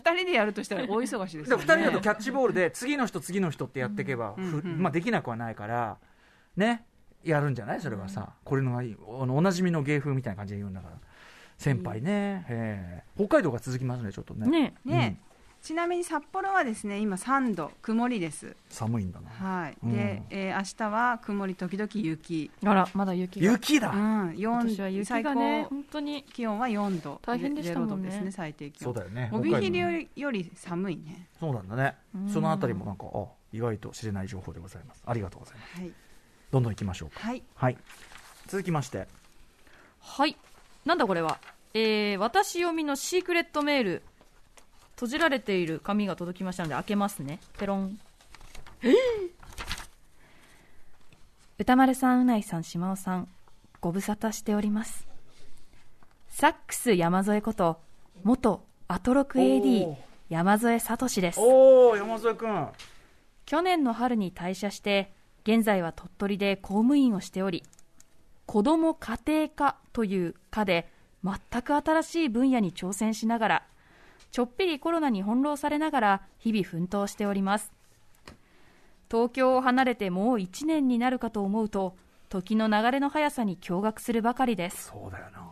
Speaker 2: 2人でやるとしたら大忙しです
Speaker 3: で
Speaker 2: よ
Speaker 3: 2
Speaker 2: ね
Speaker 3: 人だとキャッチボールで次の人次の人ってやっていけば、ふまあ、できなくはないからねやるんじゃないそれはさ、これのがいいおおなじみの芸風みたいな感じで言うんだから先輩ね、ええ北海道が続きますねちょっとね
Speaker 4: ね
Speaker 2: ねちなみに札幌はですね今3度曇りです
Speaker 3: 寒いんだな
Speaker 2: はい、
Speaker 3: うん
Speaker 2: で、えー明日は曇り時々雪、
Speaker 4: あらまだ雪が
Speaker 3: 雪だ、
Speaker 2: うん、
Speaker 4: 今
Speaker 2: 四
Speaker 4: 年は雪
Speaker 2: 最
Speaker 4: がね
Speaker 2: 高
Speaker 4: 本当に
Speaker 2: 気温は4度
Speaker 4: 大変でしたもんね
Speaker 2: 0度ですね最低気
Speaker 3: そう
Speaker 2: 温
Speaker 3: だよね
Speaker 2: 帯
Speaker 3: 北海
Speaker 2: 広
Speaker 3: 道
Speaker 2: よ
Speaker 3: ね
Speaker 2: りより寒いね
Speaker 3: そうなんだね
Speaker 4: うん
Speaker 3: そのあたりもなんかあ意外と知れない情報でございますありがとうございます
Speaker 2: はい、
Speaker 3: どんどん行きましょうか
Speaker 2: はい、
Speaker 3: はい続きまして
Speaker 4: はいなんだこれはえー、私読みのシークレットメール閉じられている紙が届きましたので開けますねペロン歌丸さんうないさん島尾さんご無沙汰しておりますサックス山添こと元アトロク
Speaker 3: お
Speaker 4: AD
Speaker 3: ー
Speaker 4: 山添聡です
Speaker 3: おお山添君あ
Speaker 4: 去年の春に退社して現在は鳥取で公務員をしており子ども家庭科という科で全く新しい分野に挑戦しながらちょっぴりコロナに翻弄されながら日々奮闘しております東京を離れてもう1年になるかと思うと時の流れの速さに驚愕するばかりです
Speaker 3: そうだよな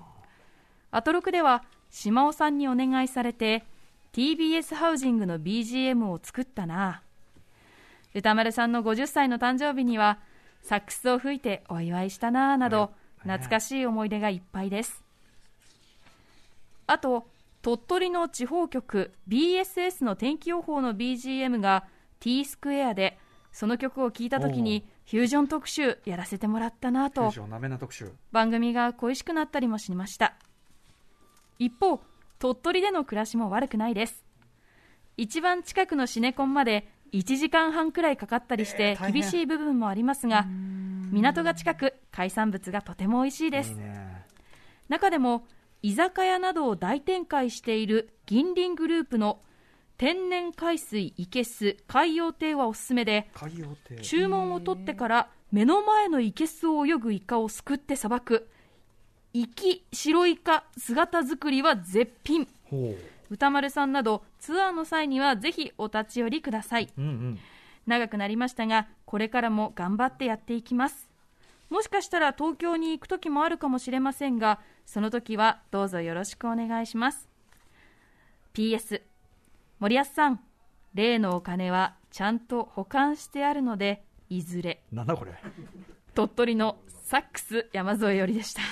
Speaker 4: アトロクでは島尾さんにお願いされて TBS ハウジングの BGM を作ったな歌丸さんの50歳の誕生日にはサックスを吹いてお祝いしたななど懐かしい思い出がいっぱいですあと鳥取の地方局 BSS の天気予報の BGM が T スクエアでその曲を聴いた時にフュージョン特集やらせてもらったな
Speaker 3: テ
Speaker 4: と
Speaker 3: ンションなめな特集
Speaker 4: 番組が恋しくなったりもしました一方鳥取での暮らしも悪くないです一番近くのシネコンまで1時間半くらいかかったりして厳しい部分もありますが、港が近く海産物がとても美味しいです
Speaker 3: いいね
Speaker 4: 中でも居酒屋などを大展開している銀鱗グループの天然海水いけす海洋亭はおすすめで
Speaker 3: 海洋亭
Speaker 4: 注文を取ってから目の前の生けすを泳ぐイカをすくってさばく生き白イカ姿作りは絶品
Speaker 3: ほ
Speaker 4: 歌丸さんなどツアーの際にはぜひお立ち寄りくださいう
Speaker 3: うんうん
Speaker 4: 長くなりましたがこれからも頑張ってやっていきますもしかしたら東京に行く時もあるかもしれませんがその時はどうぞよろしくお願いします PS 森保さん例のお金はちゃんと保管してあるのでいずれ
Speaker 3: なんだこれ
Speaker 4: 鳥取のサックス山添よりでした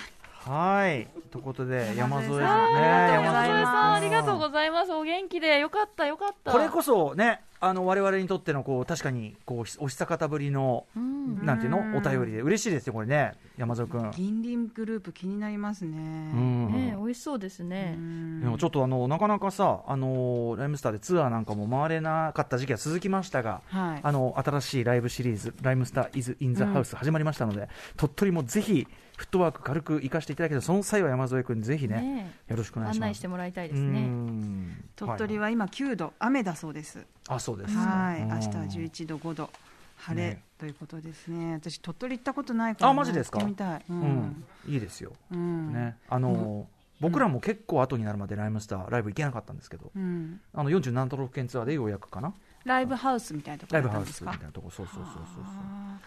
Speaker 3: はい。ということで、山添さんね、
Speaker 4: 山添さん、ありがとう
Speaker 3: ざい
Speaker 4: ございます。お元気で、よかった、よかった。
Speaker 3: これこそね、あの、我々にとっての、こう、確かに、こう、お久方ぶりの、
Speaker 4: うん
Speaker 3: なんていうのお便りで、嬉しいですよ、これね、山添くん。
Speaker 2: 銀輪グループ気になりますね。
Speaker 3: うん
Speaker 4: ねえ、美味しそうです
Speaker 2: う
Speaker 4: ね。
Speaker 2: ん
Speaker 3: でもちょっとあのなかなかさ、あのライムスターでツアーなんかも回れなかった時期は続きましたが、
Speaker 2: はい
Speaker 3: あの新しいライブシリーズ、ライムスター・イズ・イン・ザ・ハウス始まりましたので、鳥取もぜひフットワーク軽く生かしていただけたらその際は山添君、ぜひね
Speaker 4: ね
Speaker 3: よろしくお
Speaker 4: え
Speaker 3: 願いし
Speaker 4: 案
Speaker 3: ま
Speaker 4: 内
Speaker 3: す。
Speaker 4: してもらいたいで
Speaker 3: う
Speaker 4: すね。
Speaker 3: ん
Speaker 2: 鳥取は
Speaker 3: はい
Speaker 2: 今9度、雨だそうです。
Speaker 3: あそうです
Speaker 2: はい、
Speaker 3: うん
Speaker 2: 明日は11度5度晴れ、
Speaker 3: ね
Speaker 2: ということですね。私鳥取行ったことないから、
Speaker 3: あマジですか
Speaker 2: 行ってみたい。う
Speaker 3: うん
Speaker 2: ん。
Speaker 3: いいですよ、
Speaker 2: うん。
Speaker 3: ねあの僕らも結構後になるまでライムスターライブ行けなかったんですけど、
Speaker 2: うん。
Speaker 3: あの47都道府県ツアーでようやくかな
Speaker 2: ライブハウスみたいなとこ
Speaker 3: ラ
Speaker 2: ろ
Speaker 3: イブ
Speaker 2: だったん
Speaker 3: ハウ
Speaker 2: で
Speaker 3: ス
Speaker 2: す
Speaker 3: みた
Speaker 2: か
Speaker 3: い。なとこそうそうそうそうそう
Speaker 2: あ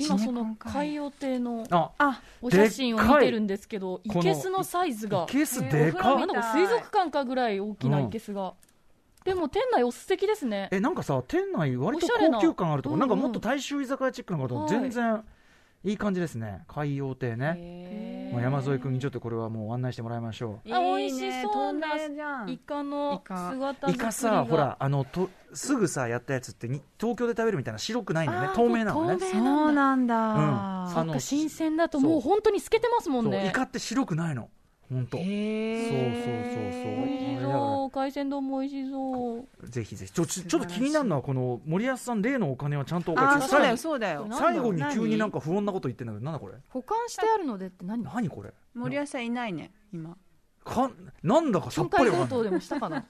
Speaker 2: ー
Speaker 4: 今、そ
Speaker 2: シネ
Speaker 4: の
Speaker 2: コンか
Speaker 4: 海洋亭の
Speaker 3: あ
Speaker 2: あ、
Speaker 4: お写真を
Speaker 3: でっかい
Speaker 4: 見てるんですけど、
Speaker 3: こ
Speaker 4: い
Speaker 3: の
Speaker 4: けすのサイズが。
Speaker 3: ケース
Speaker 2: ね
Speaker 3: で
Speaker 2: お風
Speaker 3: かっ
Speaker 2: 呂
Speaker 4: なんか水族館かぐらい大きな生けすが、でも店内お素敵ですね
Speaker 3: えなんかさ店内割と
Speaker 4: おしゃれな
Speaker 3: 高級感あるとこ
Speaker 4: うん
Speaker 3: な
Speaker 4: うんん
Speaker 3: かもっと大衆居酒屋チックなこと
Speaker 4: はい
Speaker 3: 全然いい感じですね海洋亭ね、
Speaker 2: へー
Speaker 3: まあ、山添君にちょっとこれはもう案内してもらいましょ
Speaker 4: あ美味しそうな
Speaker 2: 透明じゃん
Speaker 4: イカの
Speaker 2: イカ
Speaker 4: 姿
Speaker 3: う
Speaker 4: 作
Speaker 3: イ
Speaker 4: りが
Speaker 3: カさほらあのとすぐさやったやつってに東京で食べるみたいな白くないんだよね
Speaker 4: あー
Speaker 3: 透明なのね
Speaker 4: 透
Speaker 2: そ
Speaker 4: 明
Speaker 2: うなん
Speaker 3: う
Speaker 2: だ。
Speaker 3: んあの
Speaker 4: 新鮮だと
Speaker 3: そう
Speaker 4: もう本当に透けてますもん
Speaker 3: そう
Speaker 4: ね
Speaker 3: イカって白くないの本当
Speaker 2: へ
Speaker 3: そうそうそうそう
Speaker 2: ー
Speaker 4: 美味しそう海鮮丼も美味しそう
Speaker 3: ぜひぜひちょちょちょっと気になるのはこの森保さん例のお金はちゃんとお
Speaker 2: あ
Speaker 3: 返
Speaker 2: ー、
Speaker 3: し
Speaker 2: そうだ
Speaker 3: 最
Speaker 2: よ、
Speaker 3: 後
Speaker 2: そうだよ。
Speaker 3: 最後に急になん
Speaker 2: か。
Speaker 3: か不穏なこと言ってんだけどなんだこれ
Speaker 4: 保管してあるのでって何
Speaker 3: 何これ
Speaker 2: 森保さんいないね、今。
Speaker 3: かなんだかさっ
Speaker 4: 紹
Speaker 3: ぱ
Speaker 4: 介
Speaker 3: りわか
Speaker 4: 強
Speaker 3: ん
Speaker 4: 盗
Speaker 3: ない
Speaker 4: でもしたかな
Speaker 3: なんだ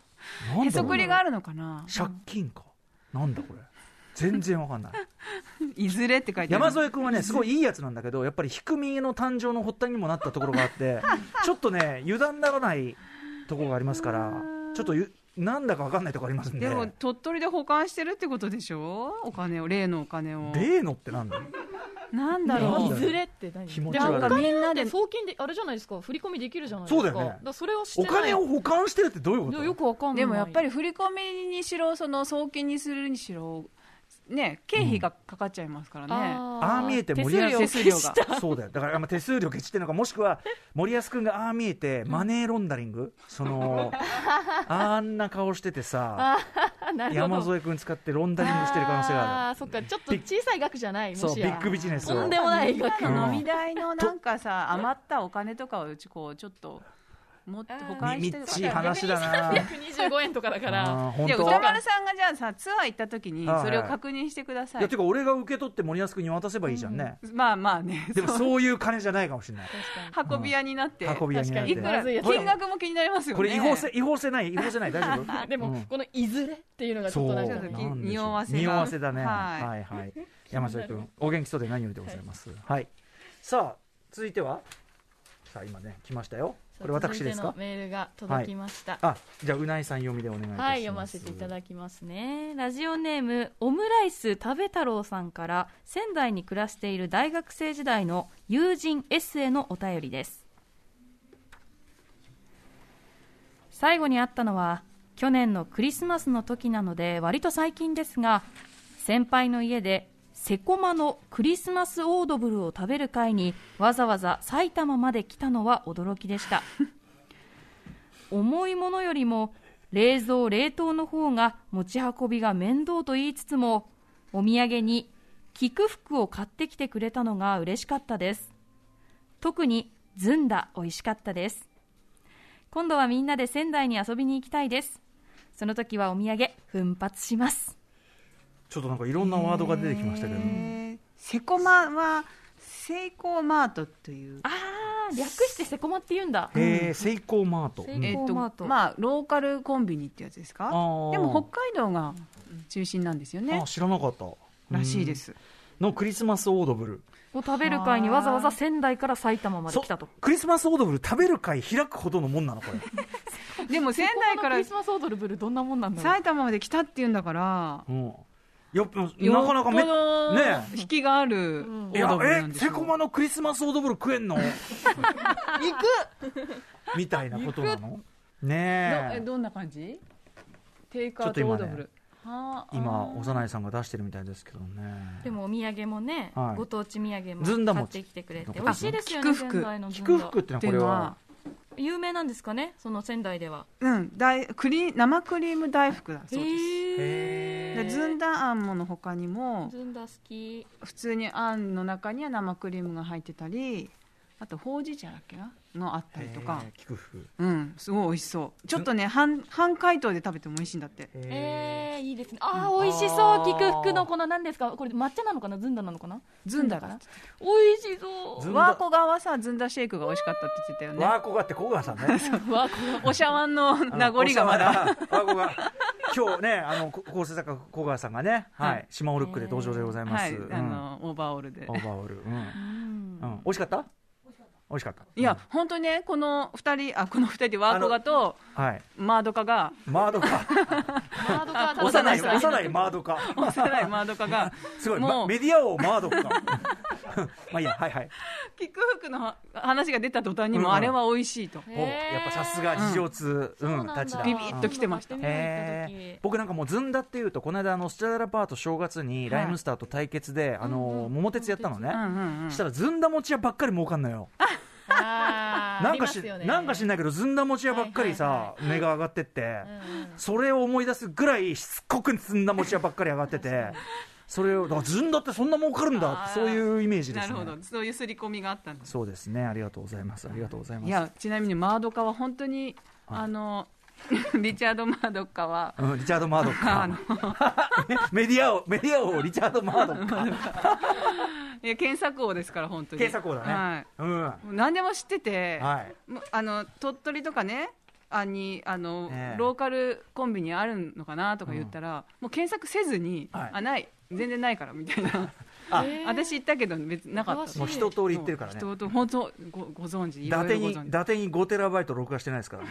Speaker 3: ろう
Speaker 2: へそくりがあるのかな。
Speaker 3: 借金か、なんだこれ全然わか
Speaker 2: [LAUGHS]
Speaker 3: んない
Speaker 2: いずれって書いてある。
Speaker 3: 山添君はねすごいいいやつなんだけどやっぱり低みの誕生の発端にもなったところがあって
Speaker 2: [LAUGHS]
Speaker 3: ちょっとね油断ならないところがありますからちょっとゆなんだかわかんないところありますんで
Speaker 2: でも鳥取で保管してるってことでしょお金を例のお金を
Speaker 3: 例のってなんだよ
Speaker 2: なんだ
Speaker 3: なん
Speaker 2: ろう
Speaker 3: だよ
Speaker 4: いずれって何
Speaker 3: 気持
Speaker 4: で
Speaker 3: ち悪い
Speaker 4: お金
Speaker 2: みんな
Speaker 4: なん
Speaker 2: で
Speaker 4: て送金であれじゃないですか振り込みできるじゃないですか
Speaker 3: そうだよね
Speaker 4: からそれをして
Speaker 3: お
Speaker 4: ない
Speaker 3: 金を保管してるってどういうこ
Speaker 4: いやよ
Speaker 3: と
Speaker 4: くわかんない
Speaker 2: でもやっぱり振り込みにしろその送金にするにしろね経費がかかっちゃいますからね、
Speaker 4: あー
Speaker 3: ああ見えて
Speaker 2: 手
Speaker 3: 森
Speaker 2: 数料
Speaker 3: 保
Speaker 2: 手数料 [LAUGHS] が
Speaker 3: [LAUGHS] そうだよだからあんま手数料ケチってんのかもしく
Speaker 4: [LAUGHS]
Speaker 3: は森保君がああ見えてマネーロンダリングそ
Speaker 4: [LAUGHS]
Speaker 3: のあんな顔しててさ
Speaker 4: あなるほど
Speaker 3: 山添君使ってロンダリングしてる可能性がある
Speaker 4: あーそっかちょっと小さい額じゃない
Speaker 3: そ
Speaker 4: も
Speaker 3: う
Speaker 4: し
Speaker 3: ビ
Speaker 4: や
Speaker 3: ッグビジネス
Speaker 4: と
Speaker 3: を
Speaker 4: んでもない額
Speaker 3: うん
Speaker 2: 飲み代のなんかさ余ったお金とかをうちこうちょっと持って保管
Speaker 3: み
Speaker 2: し
Speaker 3: み
Speaker 2: て
Speaker 3: っ
Speaker 2: る [LAUGHS] か
Speaker 3: ちい
Speaker 2: ら
Speaker 3: 話だ
Speaker 4: [LAUGHS]
Speaker 3: な
Speaker 4: 325円とかだから
Speaker 3: あー本
Speaker 2: いや
Speaker 3: 当
Speaker 2: 歌丸さんがじゃあさツアー行った時に
Speaker 3: あー
Speaker 2: それを確認してください
Speaker 3: いやてか俺が受け取って森保君に渡せばいいじゃんね、
Speaker 2: まあまあね
Speaker 3: でもそういう金じゃないかもしれない
Speaker 2: そう [LAUGHS] 運び屋になって
Speaker 3: 運び屋になっ
Speaker 4: 確
Speaker 3: て
Speaker 2: い
Speaker 4: に
Speaker 2: く
Speaker 4: ま
Speaker 2: ら
Speaker 4: ずいやつ
Speaker 2: 金額も気になりますよね
Speaker 3: これ違法性違法性ない違法性ない大丈夫
Speaker 4: [LAUGHS] で
Speaker 3: う
Speaker 4: も
Speaker 3: ん
Speaker 4: この「いずれ」っていうのがちょっとなん
Speaker 2: ちょっ
Speaker 4: か
Speaker 2: と
Speaker 4: ね
Speaker 2: き
Speaker 3: なんでしょう
Speaker 2: 匂わせが
Speaker 3: 匂わせだねは
Speaker 2: はいい
Speaker 3: はい、山添
Speaker 4: [LAUGHS]
Speaker 3: 君お元気そうで何よりでございますはい、さあ続いてはさあ今ね来ましたよこれ私です
Speaker 4: 続い
Speaker 3: か
Speaker 4: てのメールが届きました
Speaker 3: あじゃあうないさん読みでお願いいたします
Speaker 4: はい読ませていただきますねラジオネームオムライス食べ太郎さんから仙台に暮らしている大学生時代の友人 S へのお便りです最後に会ったのは去年のクリスマスの時なので割と最近ですが先輩の家でセコマのクリスマスオードブルを食べる会にわざわざ埼玉まで来たのは驚きでした重いものよりも冷蔵冷凍の方が持ち運びが面倒と言いつつもお土産に菊服を買ってきてくれたのが嬉しかったです特にずんだ美味しかったです今度はみんなで仙台に遊びに行きたいですその時はお土産奮発します
Speaker 3: ちょっとなんかいろんなワードが出てきましたけど、
Speaker 2: へーセコマはセイコーマートという
Speaker 4: ああ略してセコマって言うんだ
Speaker 3: えー、セイコーマート
Speaker 4: セイ
Speaker 3: うん
Speaker 4: コー
Speaker 2: えっと
Speaker 4: マート
Speaker 2: まあローカルコンビニってやつですか
Speaker 3: あ
Speaker 2: で
Speaker 3: ー
Speaker 2: も北海道が中心なんですよね
Speaker 3: あ知らなかった
Speaker 2: らしいです
Speaker 3: のクリスマスオードブル
Speaker 4: [LAUGHS] を食べる会にわざわざ仙台から埼玉まで
Speaker 3: そ
Speaker 4: 来たと
Speaker 3: クリスマスオードブル食べる会開くほどのもんなのこ
Speaker 4: [LAUGHS]
Speaker 3: れ、
Speaker 2: でも仙台か
Speaker 4: このク
Speaker 2: ら
Speaker 4: リスマスオードルブルどんなもんなんだろう
Speaker 2: 埼玉まで来たっていうんだから
Speaker 3: うん、やっぱなかなかめ
Speaker 2: よっぽど
Speaker 3: ねえ
Speaker 2: 引きがあるオ
Speaker 3: い
Speaker 2: ー
Speaker 3: や
Speaker 2: ドブルなん
Speaker 3: え
Speaker 2: でしょ
Speaker 3: セコマのクリスマスオードブル食えんの行くみたいなことなの
Speaker 2: どえ
Speaker 3: ねえ
Speaker 2: どんな感じテイクア
Speaker 3: ちょっ
Speaker 2: ウ
Speaker 3: と
Speaker 2: トオード
Speaker 3: 今ね
Speaker 2: ブル
Speaker 3: 今幼いさんが出してるみたいですけどね
Speaker 4: でもお土産もね、
Speaker 3: はい
Speaker 4: ご当地土産も
Speaker 3: ずんだ
Speaker 4: 買
Speaker 3: も
Speaker 4: ってきてくれ
Speaker 3: どこ
Speaker 4: て
Speaker 3: だ
Speaker 4: 美味しいですよね
Speaker 2: あ菊福
Speaker 4: 仙台のずんだ
Speaker 3: 菊福ってのは
Speaker 2: って
Speaker 3: こ
Speaker 2: いう
Speaker 3: れ
Speaker 2: の
Speaker 3: は
Speaker 2: は
Speaker 4: 有名なんですかねその仙台では
Speaker 8: うん大クリ生クリーム大福だそうです
Speaker 4: へ
Speaker 8: でずんだあんもの他にも
Speaker 4: ずんだ好き
Speaker 8: 普通にあんの中には生クリームが入ってたりあとほうじ茶だっけなのあったりとか
Speaker 3: えー菊福
Speaker 8: うんすごい美味しそうちょっとね半半解凍で食べても美味しいんだって
Speaker 4: えー、いいですねあー美味しそう菊福のこの何ですかこれ抹茶なのかなずんだなのかな
Speaker 8: ずんだだ
Speaker 4: 美味しそ
Speaker 3: ずんだ
Speaker 8: ワーコ側はさずんだシェイクが美味しかったって言ってたよね
Speaker 3: わーこがって小川さんね
Speaker 4: うわこれ
Speaker 8: お茶碗の名残がまだ
Speaker 3: だわーこが今日ねあのこ構成作家小川さんがねは
Speaker 8: はい
Speaker 3: 島オルックで登場でございま
Speaker 8: は
Speaker 3: す
Speaker 8: い
Speaker 3: うん
Speaker 8: あのオーバーオールで
Speaker 3: オーバーオールうん
Speaker 4: う
Speaker 3: う
Speaker 4: ん
Speaker 3: ん美味しかった美味しかった
Speaker 8: いや本当にねこの二人あこの二人でワーコガと
Speaker 3: はい
Speaker 8: マードカが
Speaker 3: マード
Speaker 8: [LAUGHS]
Speaker 3: カ
Speaker 4: ハードカー食べて
Speaker 3: [LAUGHS] 幼
Speaker 4: ま
Speaker 3: い
Speaker 4: した
Speaker 3: 幼いマードカ [LAUGHS]
Speaker 8: 幼いマードカが
Speaker 3: すごい、
Speaker 8: もう
Speaker 3: まメディア王マー
Speaker 8: [LAUGHS]
Speaker 3: ドックかまあいいやはいはい
Speaker 8: キックフックの話が出た途端に
Speaker 3: うん
Speaker 8: もあれは美味しいと、
Speaker 3: おやっぱさすが事情通うん、たちだ
Speaker 8: ビビッと来てました
Speaker 4: へ
Speaker 3: へー僕なんかもうずんだっていうとこの間あのスチャダラパーと正月にライムスターと対決で、あの桃鉄やったのね、
Speaker 8: うんうんうん
Speaker 3: したらずんだ餅屋ばっかり儲かんのよな
Speaker 4: なん
Speaker 3: かし、なんかしんないけどずんだ餅屋ばっかりさ、目が上がってって、それを思い出すぐらいしつこくずんだ餅屋ばっかり上がっててそれをだからずんだってそんな儲かるんだってそういうイメージで
Speaker 2: な
Speaker 3: す
Speaker 2: る
Speaker 3: ね
Speaker 2: ほどそういう刷り込みがあったんです
Speaker 3: そうですねありがとうございますありがとうございます
Speaker 8: いやちなみにマードカは本当に、
Speaker 3: はい
Speaker 8: あ
Speaker 2: [LAUGHS]
Speaker 8: のリチャード・マードカは
Speaker 3: うん、リチャード・マードックか [LAUGHS] メディア王メディア王リチャード・マードッ
Speaker 2: [LAUGHS]
Speaker 3: クか
Speaker 2: いや検索王ですから本当に
Speaker 3: 検索王だね、
Speaker 2: はい
Speaker 3: うん
Speaker 2: もう何でも知ってて、
Speaker 3: はい
Speaker 2: もうあの鳥取とかねあにあの、
Speaker 3: ええ
Speaker 2: ローカルコンビニあるのかなとか言ったら、もう検索せずに、
Speaker 3: はい
Speaker 2: あない全然ないからみたいな
Speaker 3: あ
Speaker 2: [LAUGHS] 私行ったけど別になかった
Speaker 3: もう一通り言ってるからね
Speaker 2: 人と本当ごご存知
Speaker 3: 伊
Speaker 2: いろい
Speaker 3: 達
Speaker 2: ろご
Speaker 3: に伊
Speaker 2: 存
Speaker 3: 達に5テラバイト録画してないで
Speaker 2: [LAUGHS]
Speaker 3: すから、ね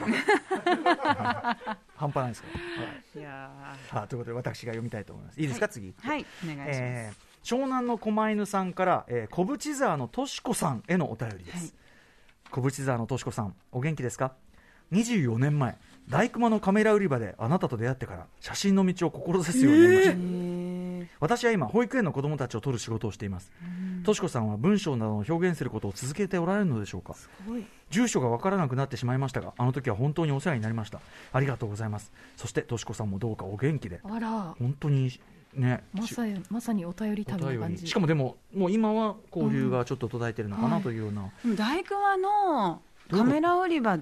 Speaker 3: はい半端ないですから、はい
Speaker 2: 知いや
Speaker 3: さあということで私が読みたいと思いますいいですか、次
Speaker 2: ーはいお願いします、
Speaker 3: えー湘南の狛犬さんから、えー、小淵沢のとしこさんへのお便りです、小淵沢のとしこさんお元気ですか24年前大熊のカメラ売り場であなたと出会ってから写真の道を志すようになりました、私は今保育園の子供たちを撮る仕事をしていますとしこさんは文章などを表現することを続けておられるのでしょうか住所が分からなくなってしまいましたがあの時は本当にお世話になりましたありがとうございますそしてとしこさんもどうかお元気で
Speaker 4: あら
Speaker 3: 本当にね
Speaker 4: まさにまさにお便り
Speaker 3: お
Speaker 4: 旅の
Speaker 3: 便
Speaker 4: 感
Speaker 3: り
Speaker 4: じ
Speaker 3: しかもでももう今は交流がちょっと途絶えてるのかなというような、
Speaker 2: でも大熊のカメラ売り場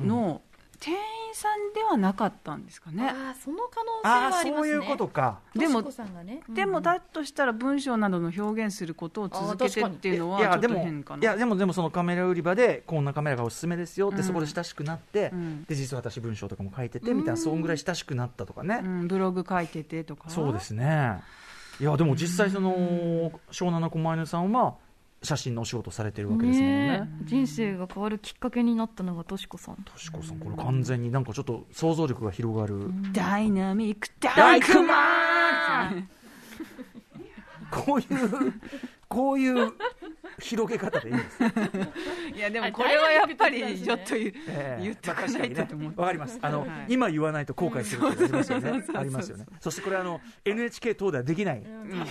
Speaker 2: の店員さんではなかったんですかね、
Speaker 4: あーその可能
Speaker 3: あ
Speaker 4: 性は
Speaker 3: あ
Speaker 4: あり
Speaker 3: そ
Speaker 4: ま
Speaker 3: う
Speaker 4: す
Speaker 3: い
Speaker 4: ね
Speaker 3: うことか
Speaker 4: で
Speaker 2: で
Speaker 4: も
Speaker 2: も
Speaker 4: さんがね
Speaker 2: でもだとしたら文章などの表現することを続けてっていうのはいちょ
Speaker 3: や
Speaker 2: っ
Speaker 3: で
Speaker 2: と
Speaker 3: も
Speaker 2: 変か
Speaker 3: いや
Speaker 2: な
Speaker 3: でもでもそのカメラ売り場でこんなカメラがおすすめですよって、
Speaker 2: うん
Speaker 3: そこで親しくなって、
Speaker 2: うん
Speaker 3: で実は私文章とかも書いててみたいなそんぐらい親しくなったとかね、
Speaker 2: うんブログ書いててとか
Speaker 3: そうですねいやでも実際その湘南の狛犬さんは写真のお仕事されてるわけですもんね
Speaker 4: ねえ人生が変わるきっかけになったのがとしこさん
Speaker 3: としこさんこれ完全になんかちょっと想像力が広がる、
Speaker 2: ダイナミック大
Speaker 3: 大熊
Speaker 2: 熊
Speaker 3: こういうこういう広げ方でいいんです
Speaker 2: いやでもこれはやっぱりちょっと言う
Speaker 3: ええ
Speaker 2: 言っとかないとと思う
Speaker 3: まあ確かにねわかります。あの、
Speaker 2: はい
Speaker 3: 今言わないと後悔するってありますよね。ありますよね。そしてこれあの NHK 等ではできない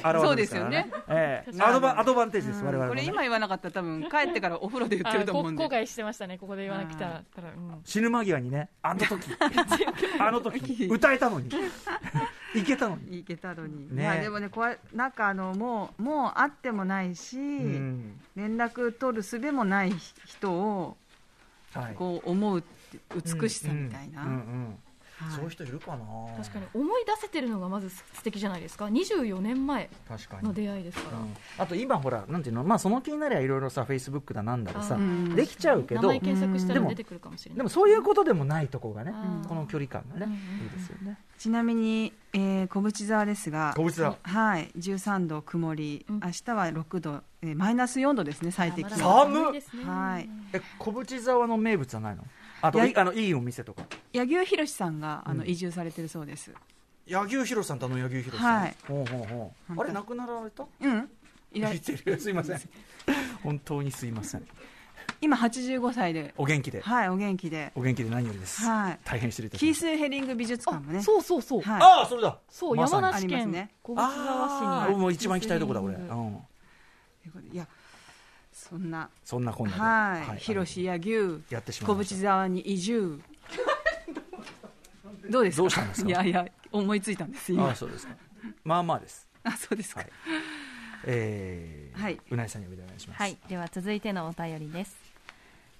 Speaker 3: 表れですからね。ええアドバアドバンテージです我々
Speaker 2: こ
Speaker 3: も
Speaker 2: れ
Speaker 3: ね。
Speaker 2: 今言わなかったら多分帰ってからお風呂で言ってると思うんで
Speaker 4: 後悔してましたねここで言わなくたら
Speaker 3: 死ぬ間際にね、あの時、あの時歌えたのに、いけたのに。
Speaker 8: いけたのに、
Speaker 3: ね
Speaker 8: いやでもねこうなんかあのもうもう会ってもないし、
Speaker 3: うん
Speaker 8: 連絡取る術もない人を
Speaker 3: はい
Speaker 8: こう思うって美しさみたいな、
Speaker 3: うんうんうんうん
Speaker 8: はい
Speaker 3: そういう人いるかな。
Speaker 4: 確かに思い出せてるのがまず素敵じゃないですか24年前
Speaker 3: 確かに。
Speaker 4: の出会いですから、
Speaker 3: うんあと今ほらなんていうのまあその気になりゃいろいろさフェイスブックだなんだでさ
Speaker 4: あ
Speaker 2: ー
Speaker 3: できちゃうけ
Speaker 4: 名
Speaker 3: ど
Speaker 4: 前検索した
Speaker 3: で
Speaker 4: ら
Speaker 3: も
Speaker 4: 出てくるかもしれない
Speaker 3: でもそういうことでもないとこがね
Speaker 4: あー
Speaker 3: この距離感がね
Speaker 4: うん
Speaker 3: いいですよね
Speaker 8: ちなみに、えー、小淵沢ですが
Speaker 3: 小淵沢
Speaker 8: はい13度曇り、
Speaker 4: うん
Speaker 8: 明日は6度、えーマイナス4度ですね最低気
Speaker 4: あ
Speaker 8: 温
Speaker 4: まだ
Speaker 3: 寒っ
Speaker 4: まだいですね
Speaker 8: はい
Speaker 3: え小淵沢の名物はないのあと
Speaker 8: や
Speaker 3: いあのいいお店とか
Speaker 2: 柳生博さんがあの
Speaker 3: うん
Speaker 2: 移住されてるそうです
Speaker 3: 柳生博さんとあの柳生博
Speaker 8: さんはい
Speaker 3: ほうほうほうあれ亡くなられた
Speaker 2: うんいら
Speaker 3: いてるすいません本当にすいません
Speaker 2: 今85歳で、
Speaker 3: お元気で、
Speaker 2: はい、お元気で、
Speaker 3: お元気で何よりです、
Speaker 2: はい
Speaker 3: 大変失礼いたし
Speaker 2: キ
Speaker 3: ま
Speaker 2: ー
Speaker 3: した
Speaker 2: スヘリング美術館もね、
Speaker 7: そうそうそう、
Speaker 2: はい、
Speaker 3: ああそれだ
Speaker 7: そう、
Speaker 3: まさ
Speaker 7: 山
Speaker 3: に
Speaker 7: 梨
Speaker 2: あり
Speaker 7: 県
Speaker 2: ますね
Speaker 7: 小松
Speaker 3: あ
Speaker 7: 沢
Speaker 3: ー
Speaker 7: 市
Speaker 3: 僕
Speaker 7: に
Speaker 3: も一番行きたいとこだこれ、
Speaker 7: キー
Speaker 3: う
Speaker 7: スヘリン
Speaker 2: というこ
Speaker 3: ん、
Speaker 7: グ
Speaker 2: とでいや、そんな、
Speaker 3: そんなこんなで
Speaker 2: はい、広志や牛、
Speaker 3: やってしまい
Speaker 2: 小
Speaker 3: ました
Speaker 2: 淵沢に移住、どうですか、
Speaker 3: どうしたんですか
Speaker 2: いやいや、思いついたんです、
Speaker 3: あ
Speaker 2: 今
Speaker 3: あ、そうですかまあまあです
Speaker 2: あそうですか、
Speaker 3: はいえー
Speaker 2: はい、
Speaker 3: うなぎさんにお願いします、
Speaker 4: はい、では続いてのお便りです。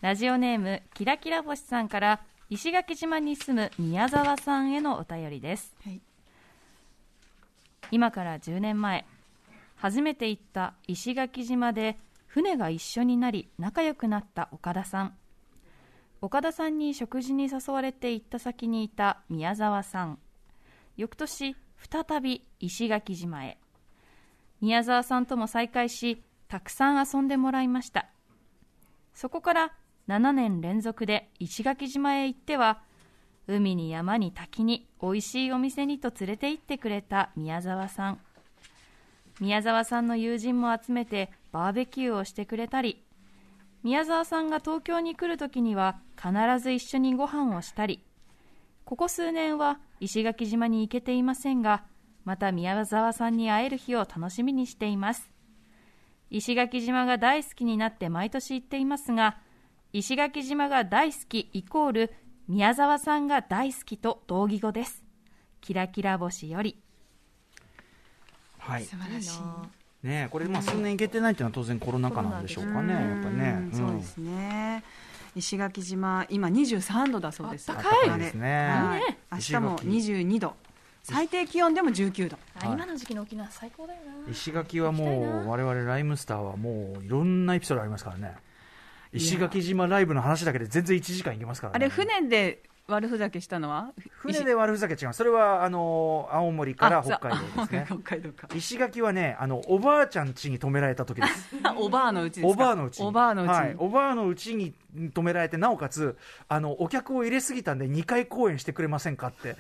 Speaker 4: ラジオネームキラキラ星さんから石垣島に住む宮沢さんへのお便りです。
Speaker 2: はい
Speaker 4: 今から10年前、初めて行った石垣島で船が一緒になり仲良くなった岡田さん。岡田さんに食事に誘われて行った先にいた宮沢さん。翌年、再び石垣島へ。宮沢さんとも再会し、たくさん遊んでもらいました。そこから7年連続で石垣島へ行っては、海に山に滝に美味しいお店にと連れて行ってくれた宮沢さん。宮沢さんの友人も集めてバーベキューをしてくれたり、宮沢さんが東京に来るときには必ず一緒にご飯をしたり、ここ数年は石垣島に行けていませんが、また宮沢さんに会える日を楽しみにしています。石垣島が大好きになって毎年行っていますが、石垣島が大好きイコール宮沢さんが大好きと同義語です。キラキラ星より。
Speaker 3: はい
Speaker 2: 素晴らしい、
Speaker 3: ねえこれまあ数年行けてないっていうのは当然コロナ禍なんでしょうかねやっぱりね、
Speaker 2: うんそうですね、石垣島、今23度だそうです、
Speaker 3: あったかい
Speaker 2: あれ
Speaker 3: ですね
Speaker 2: はい明日も22度、最低気温でも19度、
Speaker 7: あ今の時期の沖縄最高だよな
Speaker 3: 石垣はもう我々ライムスターはもういろんなエピソードありますからね石垣島ライブの話だけで全然1時間いけますから、
Speaker 2: あ
Speaker 3: ね、
Speaker 2: れ、船で悪ふざけしたのは、
Speaker 3: 船で悪ふざけ違うそれはあの青森から北海道ですね
Speaker 2: あそう [LAUGHS] 北海道か。
Speaker 3: 石垣はねあのおばあちゃん家に止められた時です
Speaker 2: おばあのうちですか。
Speaker 3: おばあのうちに
Speaker 2: おばあのうちに。
Speaker 3: はい、おばあのうちに止められてなおかつあのお客を入れすぎたんで2回公演してくれませんかって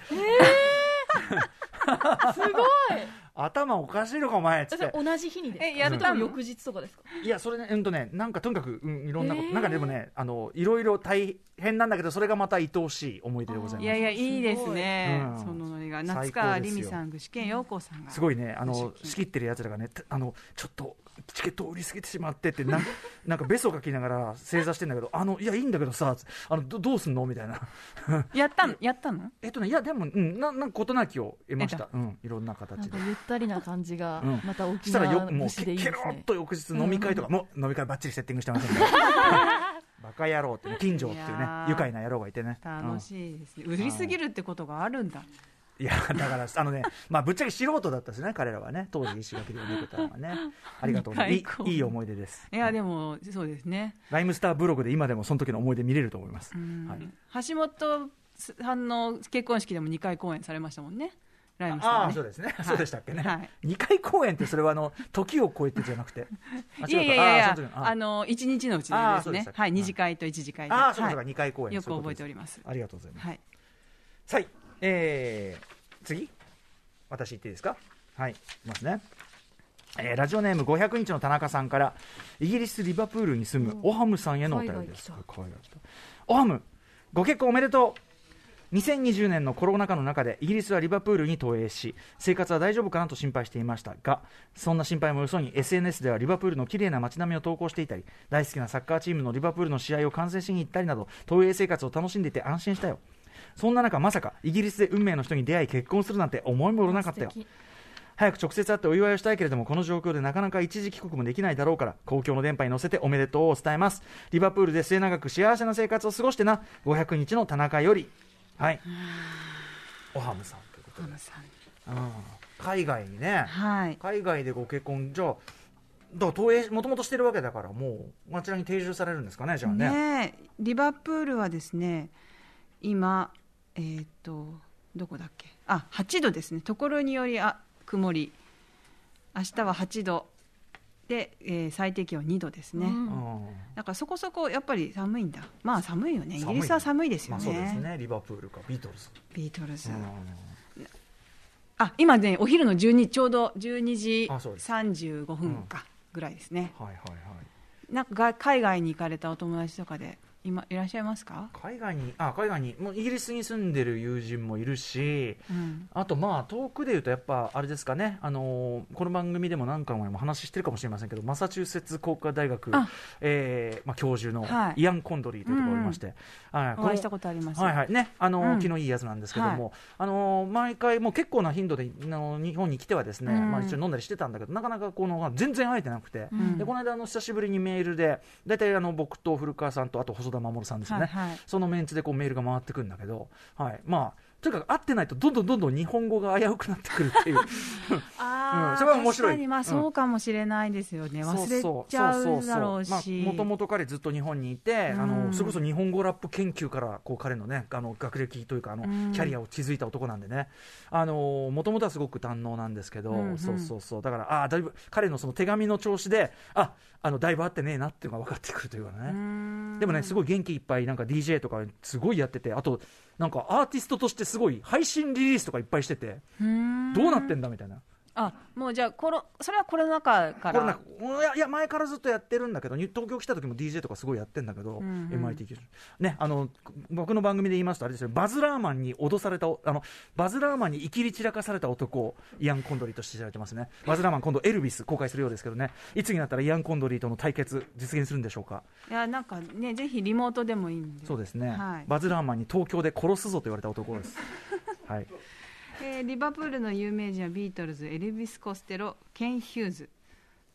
Speaker 3: [LAUGHS]
Speaker 7: すごい
Speaker 3: 頭おかしいのかお前っつ
Speaker 7: え
Speaker 3: っ
Speaker 7: それ
Speaker 3: て
Speaker 7: 同じ日にです
Speaker 2: え、や
Speaker 7: そ
Speaker 2: る
Speaker 7: れと
Speaker 2: た
Speaker 7: も
Speaker 2: の
Speaker 7: 翌日とかですか
Speaker 3: いやそれねうんとねなんかとにかく、うん、いろんなこと、
Speaker 7: えー
Speaker 3: なんかでもねあのいろいろ大変なんだけどそれがまた愛おしい思い出でござい
Speaker 2: い
Speaker 3: ま
Speaker 2: や
Speaker 3: す
Speaker 2: いや、いいですね
Speaker 3: すごい。うん
Speaker 2: そのノリが。
Speaker 3: 最
Speaker 2: 夏
Speaker 3: 高
Speaker 2: 川
Speaker 3: で
Speaker 2: り
Speaker 3: すよ
Speaker 2: みさん、具志堅陽子さんが。
Speaker 3: すごいねあの
Speaker 2: 私
Speaker 3: 仕切ってるやつらがねたあのちょっとチケットを売りすぎてしまってってなんなんかベソ書きながら正座してんだけどあのいやいいんだけどさつあのどどうすんのみたいな
Speaker 2: やったのやったの
Speaker 3: えっとねいやでもうんななんか事なきを得ました、うん、いろんな
Speaker 7: なん
Speaker 3: 形
Speaker 7: か
Speaker 3: で。
Speaker 7: ゆったりな感じが
Speaker 3: うん
Speaker 7: また
Speaker 3: そ
Speaker 7: 沖
Speaker 3: したらよ
Speaker 7: 縄
Speaker 3: もう
Speaker 7: 節
Speaker 3: ケ
Speaker 7: でいいで
Speaker 3: ケ
Speaker 7: す
Speaker 3: ロ
Speaker 7: ね
Speaker 3: ッと翌日飲み会とか、もう飲み会ばっちりセッティングし
Speaker 2: [LAUGHS]
Speaker 3: てますんでバカ野郎ってね近所ってい
Speaker 2: い
Speaker 3: うね
Speaker 2: やー
Speaker 3: 愉快な野郎がいてねうん
Speaker 2: 楽しいですね。売りすぎるってことがあるんだ。
Speaker 3: いやだからあのね、まあ、ぶっちゃけ素人だったですね彼らはね当時石垣で埋めてたのはねありがとうござい
Speaker 2: [LAUGHS] 二
Speaker 3: ます
Speaker 2: 回公演
Speaker 3: いいいい思い出です
Speaker 2: いや、でも、そうですね。
Speaker 3: ライムスターブログで今でもその時の思い出見れると思います、
Speaker 2: うん
Speaker 3: はい、
Speaker 2: 橋本さんの結婚式でも2回公演されましたもんね。ライムさんは
Speaker 3: ああ
Speaker 2: ね
Speaker 3: そうですね、そうでしたっけね、
Speaker 2: はい
Speaker 3: 二回公演ってそれはあの時を超えてじゃなくて
Speaker 2: [LAUGHS]
Speaker 3: あ
Speaker 2: いやいやい
Speaker 3: 違うか
Speaker 2: やい
Speaker 3: あーその
Speaker 2: や
Speaker 3: 時、のあ
Speaker 2: あの、1日のうちで
Speaker 3: あー
Speaker 2: で
Speaker 3: そ
Speaker 2: す
Speaker 3: うでし
Speaker 2: ね
Speaker 3: た。
Speaker 2: はい、
Speaker 3: はい
Speaker 2: 2次会と1次会で。
Speaker 3: あーそうかそうか
Speaker 2: はい
Speaker 3: 二回公演
Speaker 2: よく覚えて
Speaker 3: そう
Speaker 2: お
Speaker 3: いう
Speaker 2: り
Speaker 3: こ
Speaker 2: ます
Speaker 3: と。ありがとうございます、
Speaker 2: はい。
Speaker 3: はいえー、次私言っていいですかはいいきますねえーラジオネーム500日の田中さんからイギリス・リバプールに住むオハムさんへのお便りです
Speaker 7: 海
Speaker 3: これ海外来たオハムご結婚おめでとう2020年のコロナ禍の中でイギリスはリバプールに投影し生活は大丈夫かなと心配していましたがそんな心配もよそに SNS ではリバプールの綺麗な街並みを投稿していたり大好きなサッカーチームのリバプールの試合を観戦しに行ったりなど投影生活を楽しんでいて安心したよそんな中まさかイギリスで運命の人に出会い結婚するなんて思いもよらなかったよ
Speaker 7: 素敵
Speaker 3: 早く直接会ってお祝いをしたいけれどもこの状況でなかなか一時帰国もできないだろうから公共の電波に乗せておめでとうを伝えますリバプールで末永く幸せな生活を過ごしてな500日の田中よりはいおはむさんということで、うん海外にね
Speaker 2: はい。
Speaker 3: 海外でご結婚じゃあだから投影もともとしてるわけだからもうあちらに定住されるんですかねじゃあね
Speaker 2: ねえリバプールはですね今えーっ、とどこだっけあ8度ですねところによりあ曇り明日は8度で、えー最低気温2度ですね、
Speaker 7: うん
Speaker 3: うん
Speaker 2: だからそこそこやっぱり寒いんだまあ寒いよねイ
Speaker 3: 寒い
Speaker 2: ギリスは寒いです
Speaker 3: ま
Speaker 2: よ
Speaker 3: あ
Speaker 2: ね,、
Speaker 3: そうですねリバプールかビートルズ、
Speaker 2: ビートルズ、
Speaker 3: う
Speaker 2: あ今ねお昼の12ちょうど12時
Speaker 3: あそうです
Speaker 2: 35分かぐらいですね、
Speaker 3: んはいはいはい
Speaker 2: なんかが海外に行かれたお友達とかで今いらっしゃいますか、
Speaker 3: 海外にあ海外にもうイギリスに住んでる友人もいるし
Speaker 2: うん
Speaker 3: あとまあ遠くで言うとやっぱあれですかねあのーこの番組でも何回もお話ししてるかもしれませんけどマサチューセッツ工科大学
Speaker 2: あ、
Speaker 3: えーまあ、教授の
Speaker 2: はい
Speaker 3: イアン・コンドリーというところがおりまして、はい
Speaker 2: お会いしたことあります、
Speaker 3: はいはいねあのー
Speaker 2: うん
Speaker 3: 気のいいやつなんですけども、あのー毎回もう結構な頻度であのー日本に来てはですね、
Speaker 2: うん
Speaker 3: まあ、一緒に飲んだりしてたんだけどなかなかこの全然会えてなくて
Speaker 2: う。ん
Speaker 3: でこの間あの久しぶりにメールで大体あの僕と古川さんとあと細田守さんですね、
Speaker 2: はいはい
Speaker 3: そのメンツでこうメールが回ってくるんだけど、はい、まあとにかく会ってないとどんどんどんどん日本語が危うくなってくるっていう
Speaker 2: あー
Speaker 3: うんそれは面白い
Speaker 2: 確かにまあそうかもしれないですよね、 [LAUGHS] 忘れちゃうだろうし
Speaker 3: もともと彼ずっと日本にいて、あ
Speaker 2: うん
Speaker 3: のそれこそ日本語ラップ研究からこう彼のねあの学歴というかあの、
Speaker 2: うん
Speaker 3: キャリアを築いた男なんでねあのもともとはすごく堪能なんですけど、
Speaker 2: うんうん
Speaker 3: そうそうそうだからあーだいぶ彼のその手紙の調子でああのだいぶ合ってねえなっていうのが分かってくるというかね。でもね、すごい元気いっぱい、なんか DJ とかすごいやってて、あと、なんかアーティストとしてすごい配信リリースとかいっぱいしてて、
Speaker 2: うーん
Speaker 3: どうなってんだみたいな。
Speaker 2: あもうじゃあコロそれはコロナ禍か
Speaker 3: これなん
Speaker 2: ら
Speaker 3: かうんいやいや、前からずっとやってるんだけど、に東京来た時も DJ とかすごいやってんだけど、
Speaker 2: うんうん
Speaker 3: MIT 教授ね、あの、僕の番組で言いますと、あれですよ、バズラーマンに脅された、あの、バズラーマンにいきり散らかされた男をイアン・コンドリーとして知られてますね。バズラーマン今度エルビス公開するようですけどね、いつになったらイアン・コンドリーとの対決実現するんでしょうか。
Speaker 2: いやなんかねぜひリモートでもいいんで
Speaker 3: そうですね、
Speaker 2: はい
Speaker 3: バズラーマンに東京で殺すぞと言われた男
Speaker 7: [LAUGHS]
Speaker 3: です。はい。
Speaker 2: えーリバプールの有名人はビートルズエルビス・コステロケン・ヒューズ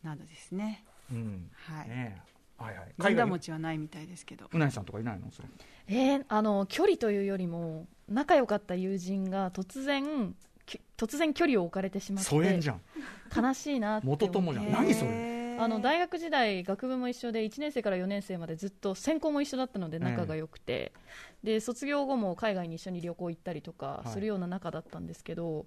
Speaker 2: などですね
Speaker 3: うん。
Speaker 2: はい、
Speaker 3: ねえはいはい。
Speaker 2: 神
Speaker 3: 海
Speaker 2: 田
Speaker 3: 外に
Speaker 2: 餅はないみたいですけど
Speaker 3: うなぎさんとかいないのそれ
Speaker 7: えーあの距離というよりも仲良かった友人が突然き突然距離を置かれてしまって
Speaker 3: 疎遠じゃん
Speaker 7: 悲しいなって思って
Speaker 3: 元友じゃん
Speaker 2: へー
Speaker 3: 何それ
Speaker 7: あの大学時代学部も一緒で1年生から4年生までずっと専攻も一緒だったので
Speaker 3: うん
Speaker 7: 仲が良くて、で卒業後も海外に一緒に旅行行ったりとか
Speaker 3: はい
Speaker 7: するような仲だったんですけど、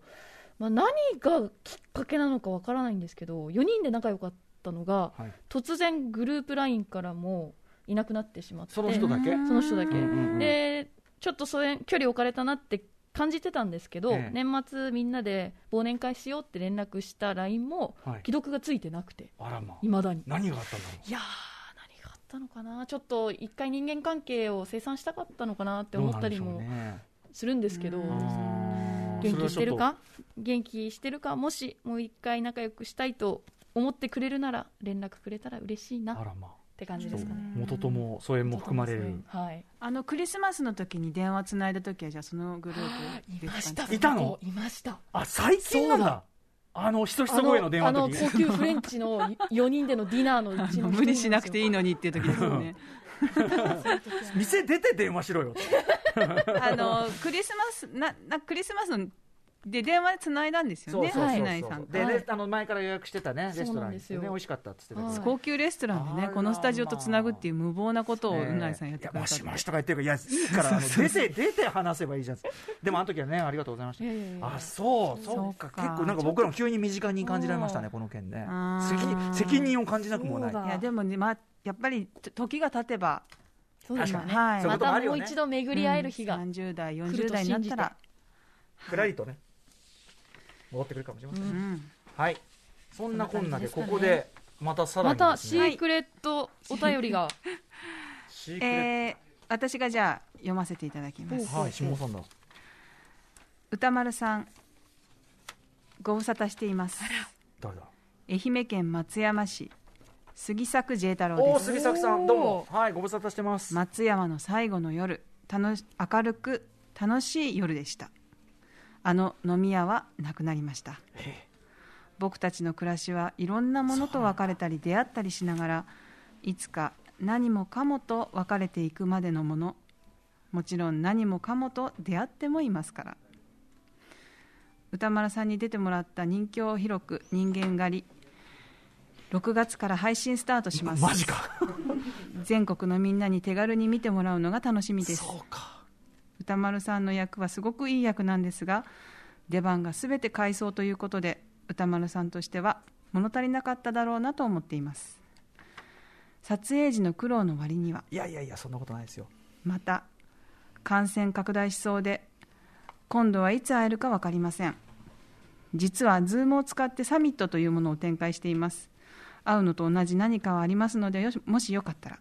Speaker 7: まあ、何がきっかけなのかわからないんですけど4人で仲良かったのが
Speaker 3: はい
Speaker 7: 突然グループ LINE からもいなくなってしまって
Speaker 3: その人だけ
Speaker 7: その人だけ、
Speaker 3: うんうんうん
Speaker 7: でちょっと疎遠距離置かれたなって感じてたんですけど、
Speaker 3: ええ
Speaker 7: 年末みんなで忘年会しようって連絡した LINE も
Speaker 3: はい
Speaker 7: 既読がついてなくて
Speaker 3: あらまあ
Speaker 7: いまだに
Speaker 3: 何があったんだろう
Speaker 7: いやー何があったのかなちょっと一回人間関係を清算したかったのかなって思ったり
Speaker 3: どう
Speaker 7: も
Speaker 3: なんでしょうね
Speaker 7: するんですけど
Speaker 2: う
Speaker 3: あ
Speaker 2: ん
Speaker 3: ー
Speaker 7: 元気してる
Speaker 3: それは
Speaker 7: か元気してるかもしもう一回仲良くしたいと思ってくれるなら連絡くれたら嬉しい
Speaker 3: ちょ
Speaker 7: な
Speaker 3: っとあ
Speaker 7: っ
Speaker 3: らまあ
Speaker 7: て感
Speaker 3: ち
Speaker 7: じ
Speaker 3: ょっ
Speaker 7: で
Speaker 3: と
Speaker 7: すかね
Speaker 3: 元とも疎遠も含まれる
Speaker 7: はい
Speaker 2: あのクリスマスの時に電話つないだ時はじゃあそのグループ
Speaker 7: いました
Speaker 3: いたの
Speaker 7: いました
Speaker 3: あ最近なん
Speaker 7: そう
Speaker 3: だあのひそひそ声の電話の
Speaker 7: あの
Speaker 3: 時
Speaker 7: 高級フレンチの4人でのディナーのう
Speaker 2: あ
Speaker 7: ち
Speaker 2: の
Speaker 7: の
Speaker 2: 無理しなくていいのにっていう時ですよね
Speaker 3: 店出て電話しろよ
Speaker 2: あのクリスマスななクリスマスので電話つないだんですよね
Speaker 7: そうそうそう
Speaker 2: 市内さんと
Speaker 3: で
Speaker 7: はい
Speaker 3: レあの前から予約してたねレス
Speaker 7: そう
Speaker 3: ト
Speaker 7: な
Speaker 3: ラ
Speaker 7: ん
Speaker 3: ン
Speaker 7: で
Speaker 3: に
Speaker 7: すよ
Speaker 3: ね美味しかったっつってたけど
Speaker 7: はい
Speaker 2: 高級レストランで
Speaker 3: あ
Speaker 2: ね
Speaker 3: ら
Speaker 2: このスタジオとつなぐっていう無謀なことを
Speaker 3: ええ
Speaker 2: うなりさんやってくださって
Speaker 3: いやもしもしとか言ってるからいやいいからあの出て出て話せばいいじゃんでもあの時はねありがとうございました
Speaker 7: いやいやいや
Speaker 3: あそう
Speaker 2: そう
Speaker 3: そうか
Speaker 2: そうか
Speaker 3: 結構なんか僕らも急に身近に感じられましたねこの件ね
Speaker 2: あ
Speaker 3: 責
Speaker 2: ー
Speaker 3: 任責任を感じなくもない
Speaker 7: そうだ
Speaker 2: いやでもね、まあ、やっぱりと時が経てば、
Speaker 7: そうです
Speaker 3: 確かに
Speaker 7: ね
Speaker 3: ね
Speaker 2: はい
Speaker 3: そうい
Speaker 7: ま
Speaker 3: うこともあ
Speaker 7: た
Speaker 3: る
Speaker 7: も
Speaker 3: よ
Speaker 7: う
Speaker 3: ね
Speaker 7: 一度巡り合える日が、
Speaker 2: うん30代
Speaker 7: 来る
Speaker 2: 40
Speaker 7: と
Speaker 2: 代になったら、
Speaker 3: ふらりとね戻ってくるかもしれません
Speaker 2: う
Speaker 3: ね
Speaker 2: ん
Speaker 3: はいそんなこんなで
Speaker 7: そん
Speaker 3: ここ
Speaker 7: な感じ
Speaker 3: でまたさら
Speaker 7: ま
Speaker 3: にで
Speaker 7: た
Speaker 3: す
Speaker 7: シ
Speaker 3: ね
Speaker 7: ークレットお便りが、
Speaker 3: シークレッ
Speaker 2: えー私がじゃあ読ませていただきます
Speaker 3: トはい下尾さんだ
Speaker 2: 歌丸さんご無沙汰しています
Speaker 3: 誰だ
Speaker 2: 愛媛県松山市杉作 J 太郎
Speaker 3: おお
Speaker 2: です
Speaker 3: 杉作さんどうもはいご無沙汰してます
Speaker 2: 松山の最後の夜楽し明るく楽しい夜でしたあの飲み屋はなくなりました僕たちの暮らしはいろんなものと別れたり出会ったりしながらいつか何もかもと別れていくまでのものもちろん何もかもと出会ってもいますから歌丸さんに出てもらった人形広く人間狩り6月から配信スタートします
Speaker 3: マジか
Speaker 2: 全国のみんなに手軽に見てもらうのが楽しみです
Speaker 3: そうか
Speaker 2: 歌丸さんの役はすごくいい役なんですが出番が全て回想ということで歌丸さんとしては物足りなかっただろうなと思っています撮影時の苦労の割にはい
Speaker 3: やいやいやそんなことないですよ
Speaker 2: また感染拡大しそうで今度はいつ会えるか分かりません実は Zoom を使ってサミットというものを展開しています会うのと同じ何かはありますのでよしもしよかったら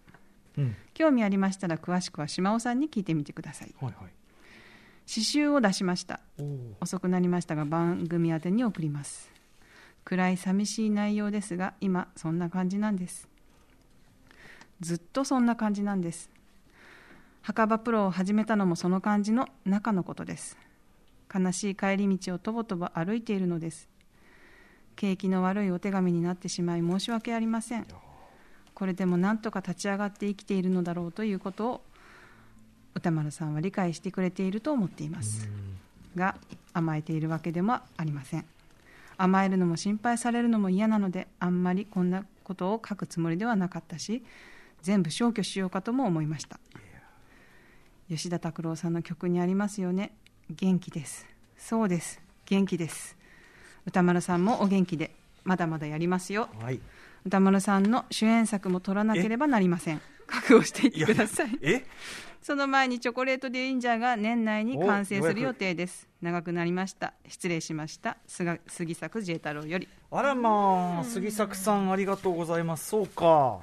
Speaker 3: うん
Speaker 2: 興味ありましたら詳しくは島尾さんに聞いてみてください
Speaker 3: はいはい
Speaker 2: 刺繍を出しました
Speaker 3: おー
Speaker 2: 遅くなりましたが番組宛てに送ります暗い寂しい内容ですが今そんな感じなんですずっとそんな感じなんです墓場プロを始めたのもその感じの中のことです悲しい帰り道をとぼとぼ歩いているのです景気の悪いお手紙になってしまい申し訳ありませんこれでもなんとか立ち上がって生きているのだろうということを歌丸さんは理解してくれていると思っていますが甘えているわけでもありません甘えるのも心配されるのも嫌なのであんまりこんなことを書くつもりではなかったし全部消去しようかとも思いました吉田拓郎さんの曲にありますよね元気ですそうです元気です歌丸さんもお元気でまだまだやりますよ
Speaker 3: はい
Speaker 2: 歌丸さんの主演作も取らなければなりません覚悟していってください
Speaker 3: え
Speaker 2: その前にチョコレートデリンジャーが年内に完成する予定です。長くなりました。失礼しました。菅杉作 J 太郎より。
Speaker 3: あらまあ杉作さんありがとうございますそうか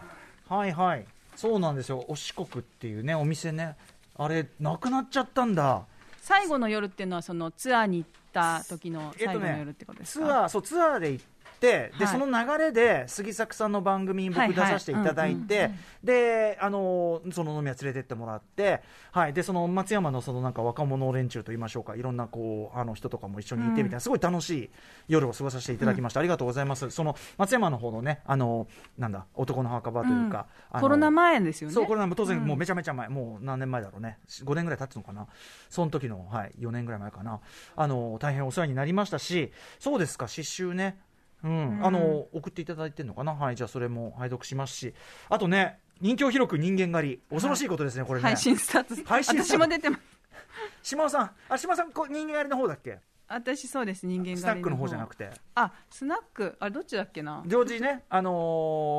Speaker 3: はいはいそうなんですよお四国っていうねお店ねあれなくなっちゃったんだ
Speaker 2: 最後の夜っていうのはそのツアーに行った時の
Speaker 3: えっ
Speaker 2: 最
Speaker 3: と
Speaker 2: 後の
Speaker 3: ね
Speaker 2: 夜ってことです
Speaker 3: ツ
Speaker 2: か。
Speaker 3: アーそうツアーで行ってで、
Speaker 2: はい
Speaker 3: その流れで杉作さんの番組に
Speaker 2: は
Speaker 3: 僕
Speaker 2: い
Speaker 3: 出
Speaker 2: はい
Speaker 3: させていただいてであのーその飲み屋連れてってもらって、はい、でその松山のそのなんか若者連中と言いましょうかいろんなこうあの人とかも一緒にいてみたいな、すごい楽しい夜を過ごさせていただきました、ありがとうございますその松山の方のねあのなんだ男の墓場というか、あの
Speaker 2: コロナ前ですよね。
Speaker 3: そうコロナも当然もうめちゃめちゃ前、もう何年前だろうね5年ぐらい経つのかなその時の、はい、4年ぐらい前かなあの大変お世話になりましたしそうですか刺繍ねうん、あの送っていただいてるのかなはいじゃあそれも拝読しますしあとね人境広く人間狩り恐ろしいことですね、これね
Speaker 2: 配信スタート。
Speaker 3: 配信スター
Speaker 2: 私も
Speaker 3: ト
Speaker 2: 出てます。
Speaker 3: 島尾さんあ島尾さんこう人間狩りの方だっけ
Speaker 2: 私そうです人間狩り
Speaker 3: スナックの方じゃなくて
Speaker 2: あスナックあれどっちだっけな。
Speaker 3: ジョージねあの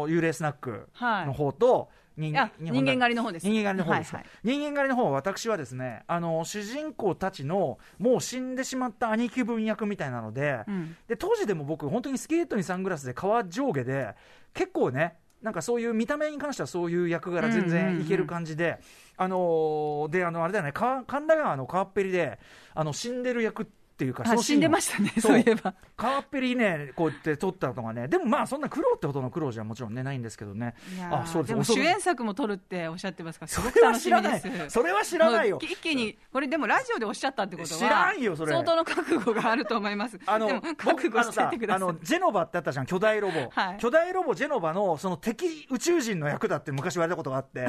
Speaker 3: ー幽霊スナック
Speaker 2: はい
Speaker 3: の方と、人
Speaker 2: あ人間狩りの方です。
Speaker 3: 人間狩りの方ですか、
Speaker 2: はいはい
Speaker 3: 人間狩りの方は私はですねあの主人公たちのもう死んでしまった兄貴分役みたいなので,、
Speaker 2: うん
Speaker 3: で当時でも僕本当にスケートにサングラスで革上下で結構ねなんかそういう見た目に関してはそういう役柄全然いける感じで、あのーであのあれだよね川神田川の川っぺりであの死んでる役っていうか
Speaker 2: あ死んでま
Speaker 3: た
Speaker 2: したね。
Speaker 3: そう
Speaker 2: そういえば。
Speaker 3: 川っぺりねこうやって撮ったのがねでもまあそんな苦労ってほどの苦労じゃもちろんねないんですけどね
Speaker 2: いやー
Speaker 3: あそうです
Speaker 2: でも
Speaker 3: 恐
Speaker 2: 主
Speaker 3: ろ
Speaker 2: 演作も撮るっておっしゃってますからす
Speaker 3: そ
Speaker 2: ごく
Speaker 3: れは
Speaker 2: 楽
Speaker 3: 知
Speaker 2: し
Speaker 3: ら
Speaker 2: みで
Speaker 3: ない
Speaker 2: す。
Speaker 3: それは知らないよ
Speaker 2: もう一気にこれでもラジオでおっしゃったってことは
Speaker 3: 知らんよそれ
Speaker 2: 相当の覚悟があると思います
Speaker 3: あの
Speaker 2: でも覚
Speaker 3: 僕
Speaker 2: 悟
Speaker 3: あの
Speaker 2: して
Speaker 3: さ
Speaker 2: てく
Speaker 3: あ
Speaker 2: ださい
Speaker 3: のジェノバってあったじゃん巨大ロボ、
Speaker 2: はい
Speaker 3: 巨大ロボジェノバのその敵宇宙人の役だって昔言われたことがあ
Speaker 2: [LAUGHS]
Speaker 3: って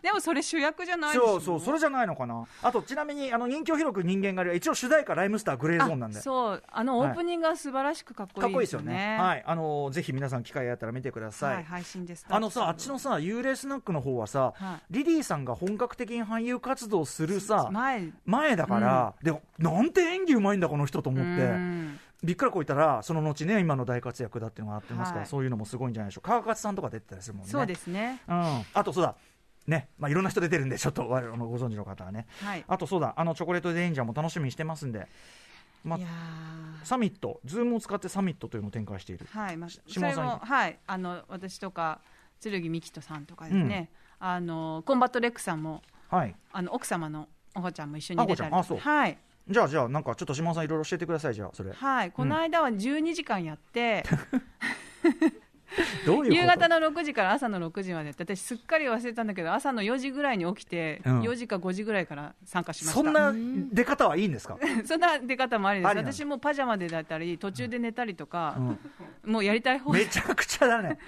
Speaker 2: でもそれ主役じゃないです
Speaker 3: そうそうそれじゃないのかなあとちなみにあの人気を広く人間狩りは一応主題歌ライムスターグレーゾーンなんで
Speaker 2: あそうあのオープニングが素晴らしくかっこ
Speaker 3: かっ
Speaker 2: いい
Speaker 3: こいい
Speaker 2: で
Speaker 3: です
Speaker 2: すよ
Speaker 3: よ
Speaker 2: ね,、
Speaker 3: ねはいあのぜひ皆さん機会あったら見てください、
Speaker 2: はい配信です
Speaker 3: あのさあっちのさ幽霊スナックの方はさ、
Speaker 2: は
Speaker 3: リリーさんが本格的に俳優活動するさ
Speaker 2: 前
Speaker 3: 前だから、でなんて演技うまいんだこの人と思って、
Speaker 2: うん
Speaker 3: びっくらこいたらその後ね今の大活躍だっていうのがあってますから、
Speaker 2: はい
Speaker 3: そういうのもすごいんじゃないでしょうか川勝さんとか出てたりするもんね
Speaker 2: そうですね
Speaker 3: うん、あとそうだねまあ、いろんな人出てるんでちょっと我々の [LAUGHS] ご存知の方はね
Speaker 2: はい
Speaker 3: あとそうだあのチョコレートデレンジャーも楽しみにしてますんで、まあ
Speaker 2: いや
Speaker 3: サミットズームを使ってサミットというのを展開している
Speaker 2: ーはいまあ、そ
Speaker 3: 島尾
Speaker 2: れ
Speaker 3: さん
Speaker 2: もはいあの私とか剣美希人さんとかですね、あのコンバットレックさんも
Speaker 3: はい
Speaker 2: あの奥様のお子ちゃんも一緒に出たり
Speaker 3: あお子ちゃんあそう
Speaker 2: はい
Speaker 3: じゃあじゃあなんかちょっと島尾さんいろいろ教えてくださいじゃあそれ
Speaker 2: はい、この間は12時間や
Speaker 3: [LAUGHS]
Speaker 2: って、
Speaker 3: どういうこと
Speaker 2: 夕方の6時から朝の6時までやって私すっかり忘れたんだけど朝の4時ぐらいに起きて、
Speaker 3: うん
Speaker 2: 4時か5時ぐらいから参加しました
Speaker 3: そんな出方はいいんですか、
Speaker 2: [LAUGHS] そんな出方もありで
Speaker 3: あ
Speaker 2: す
Speaker 3: りなの
Speaker 2: 私もパジャマでだったり途中で寝たりと
Speaker 3: う
Speaker 2: か、 [LAUGHS]
Speaker 3: ん、
Speaker 2: もうやりたい方
Speaker 3: め
Speaker 2: で
Speaker 3: ちゃくちゃ
Speaker 2: [LAUGHS]
Speaker 3: だね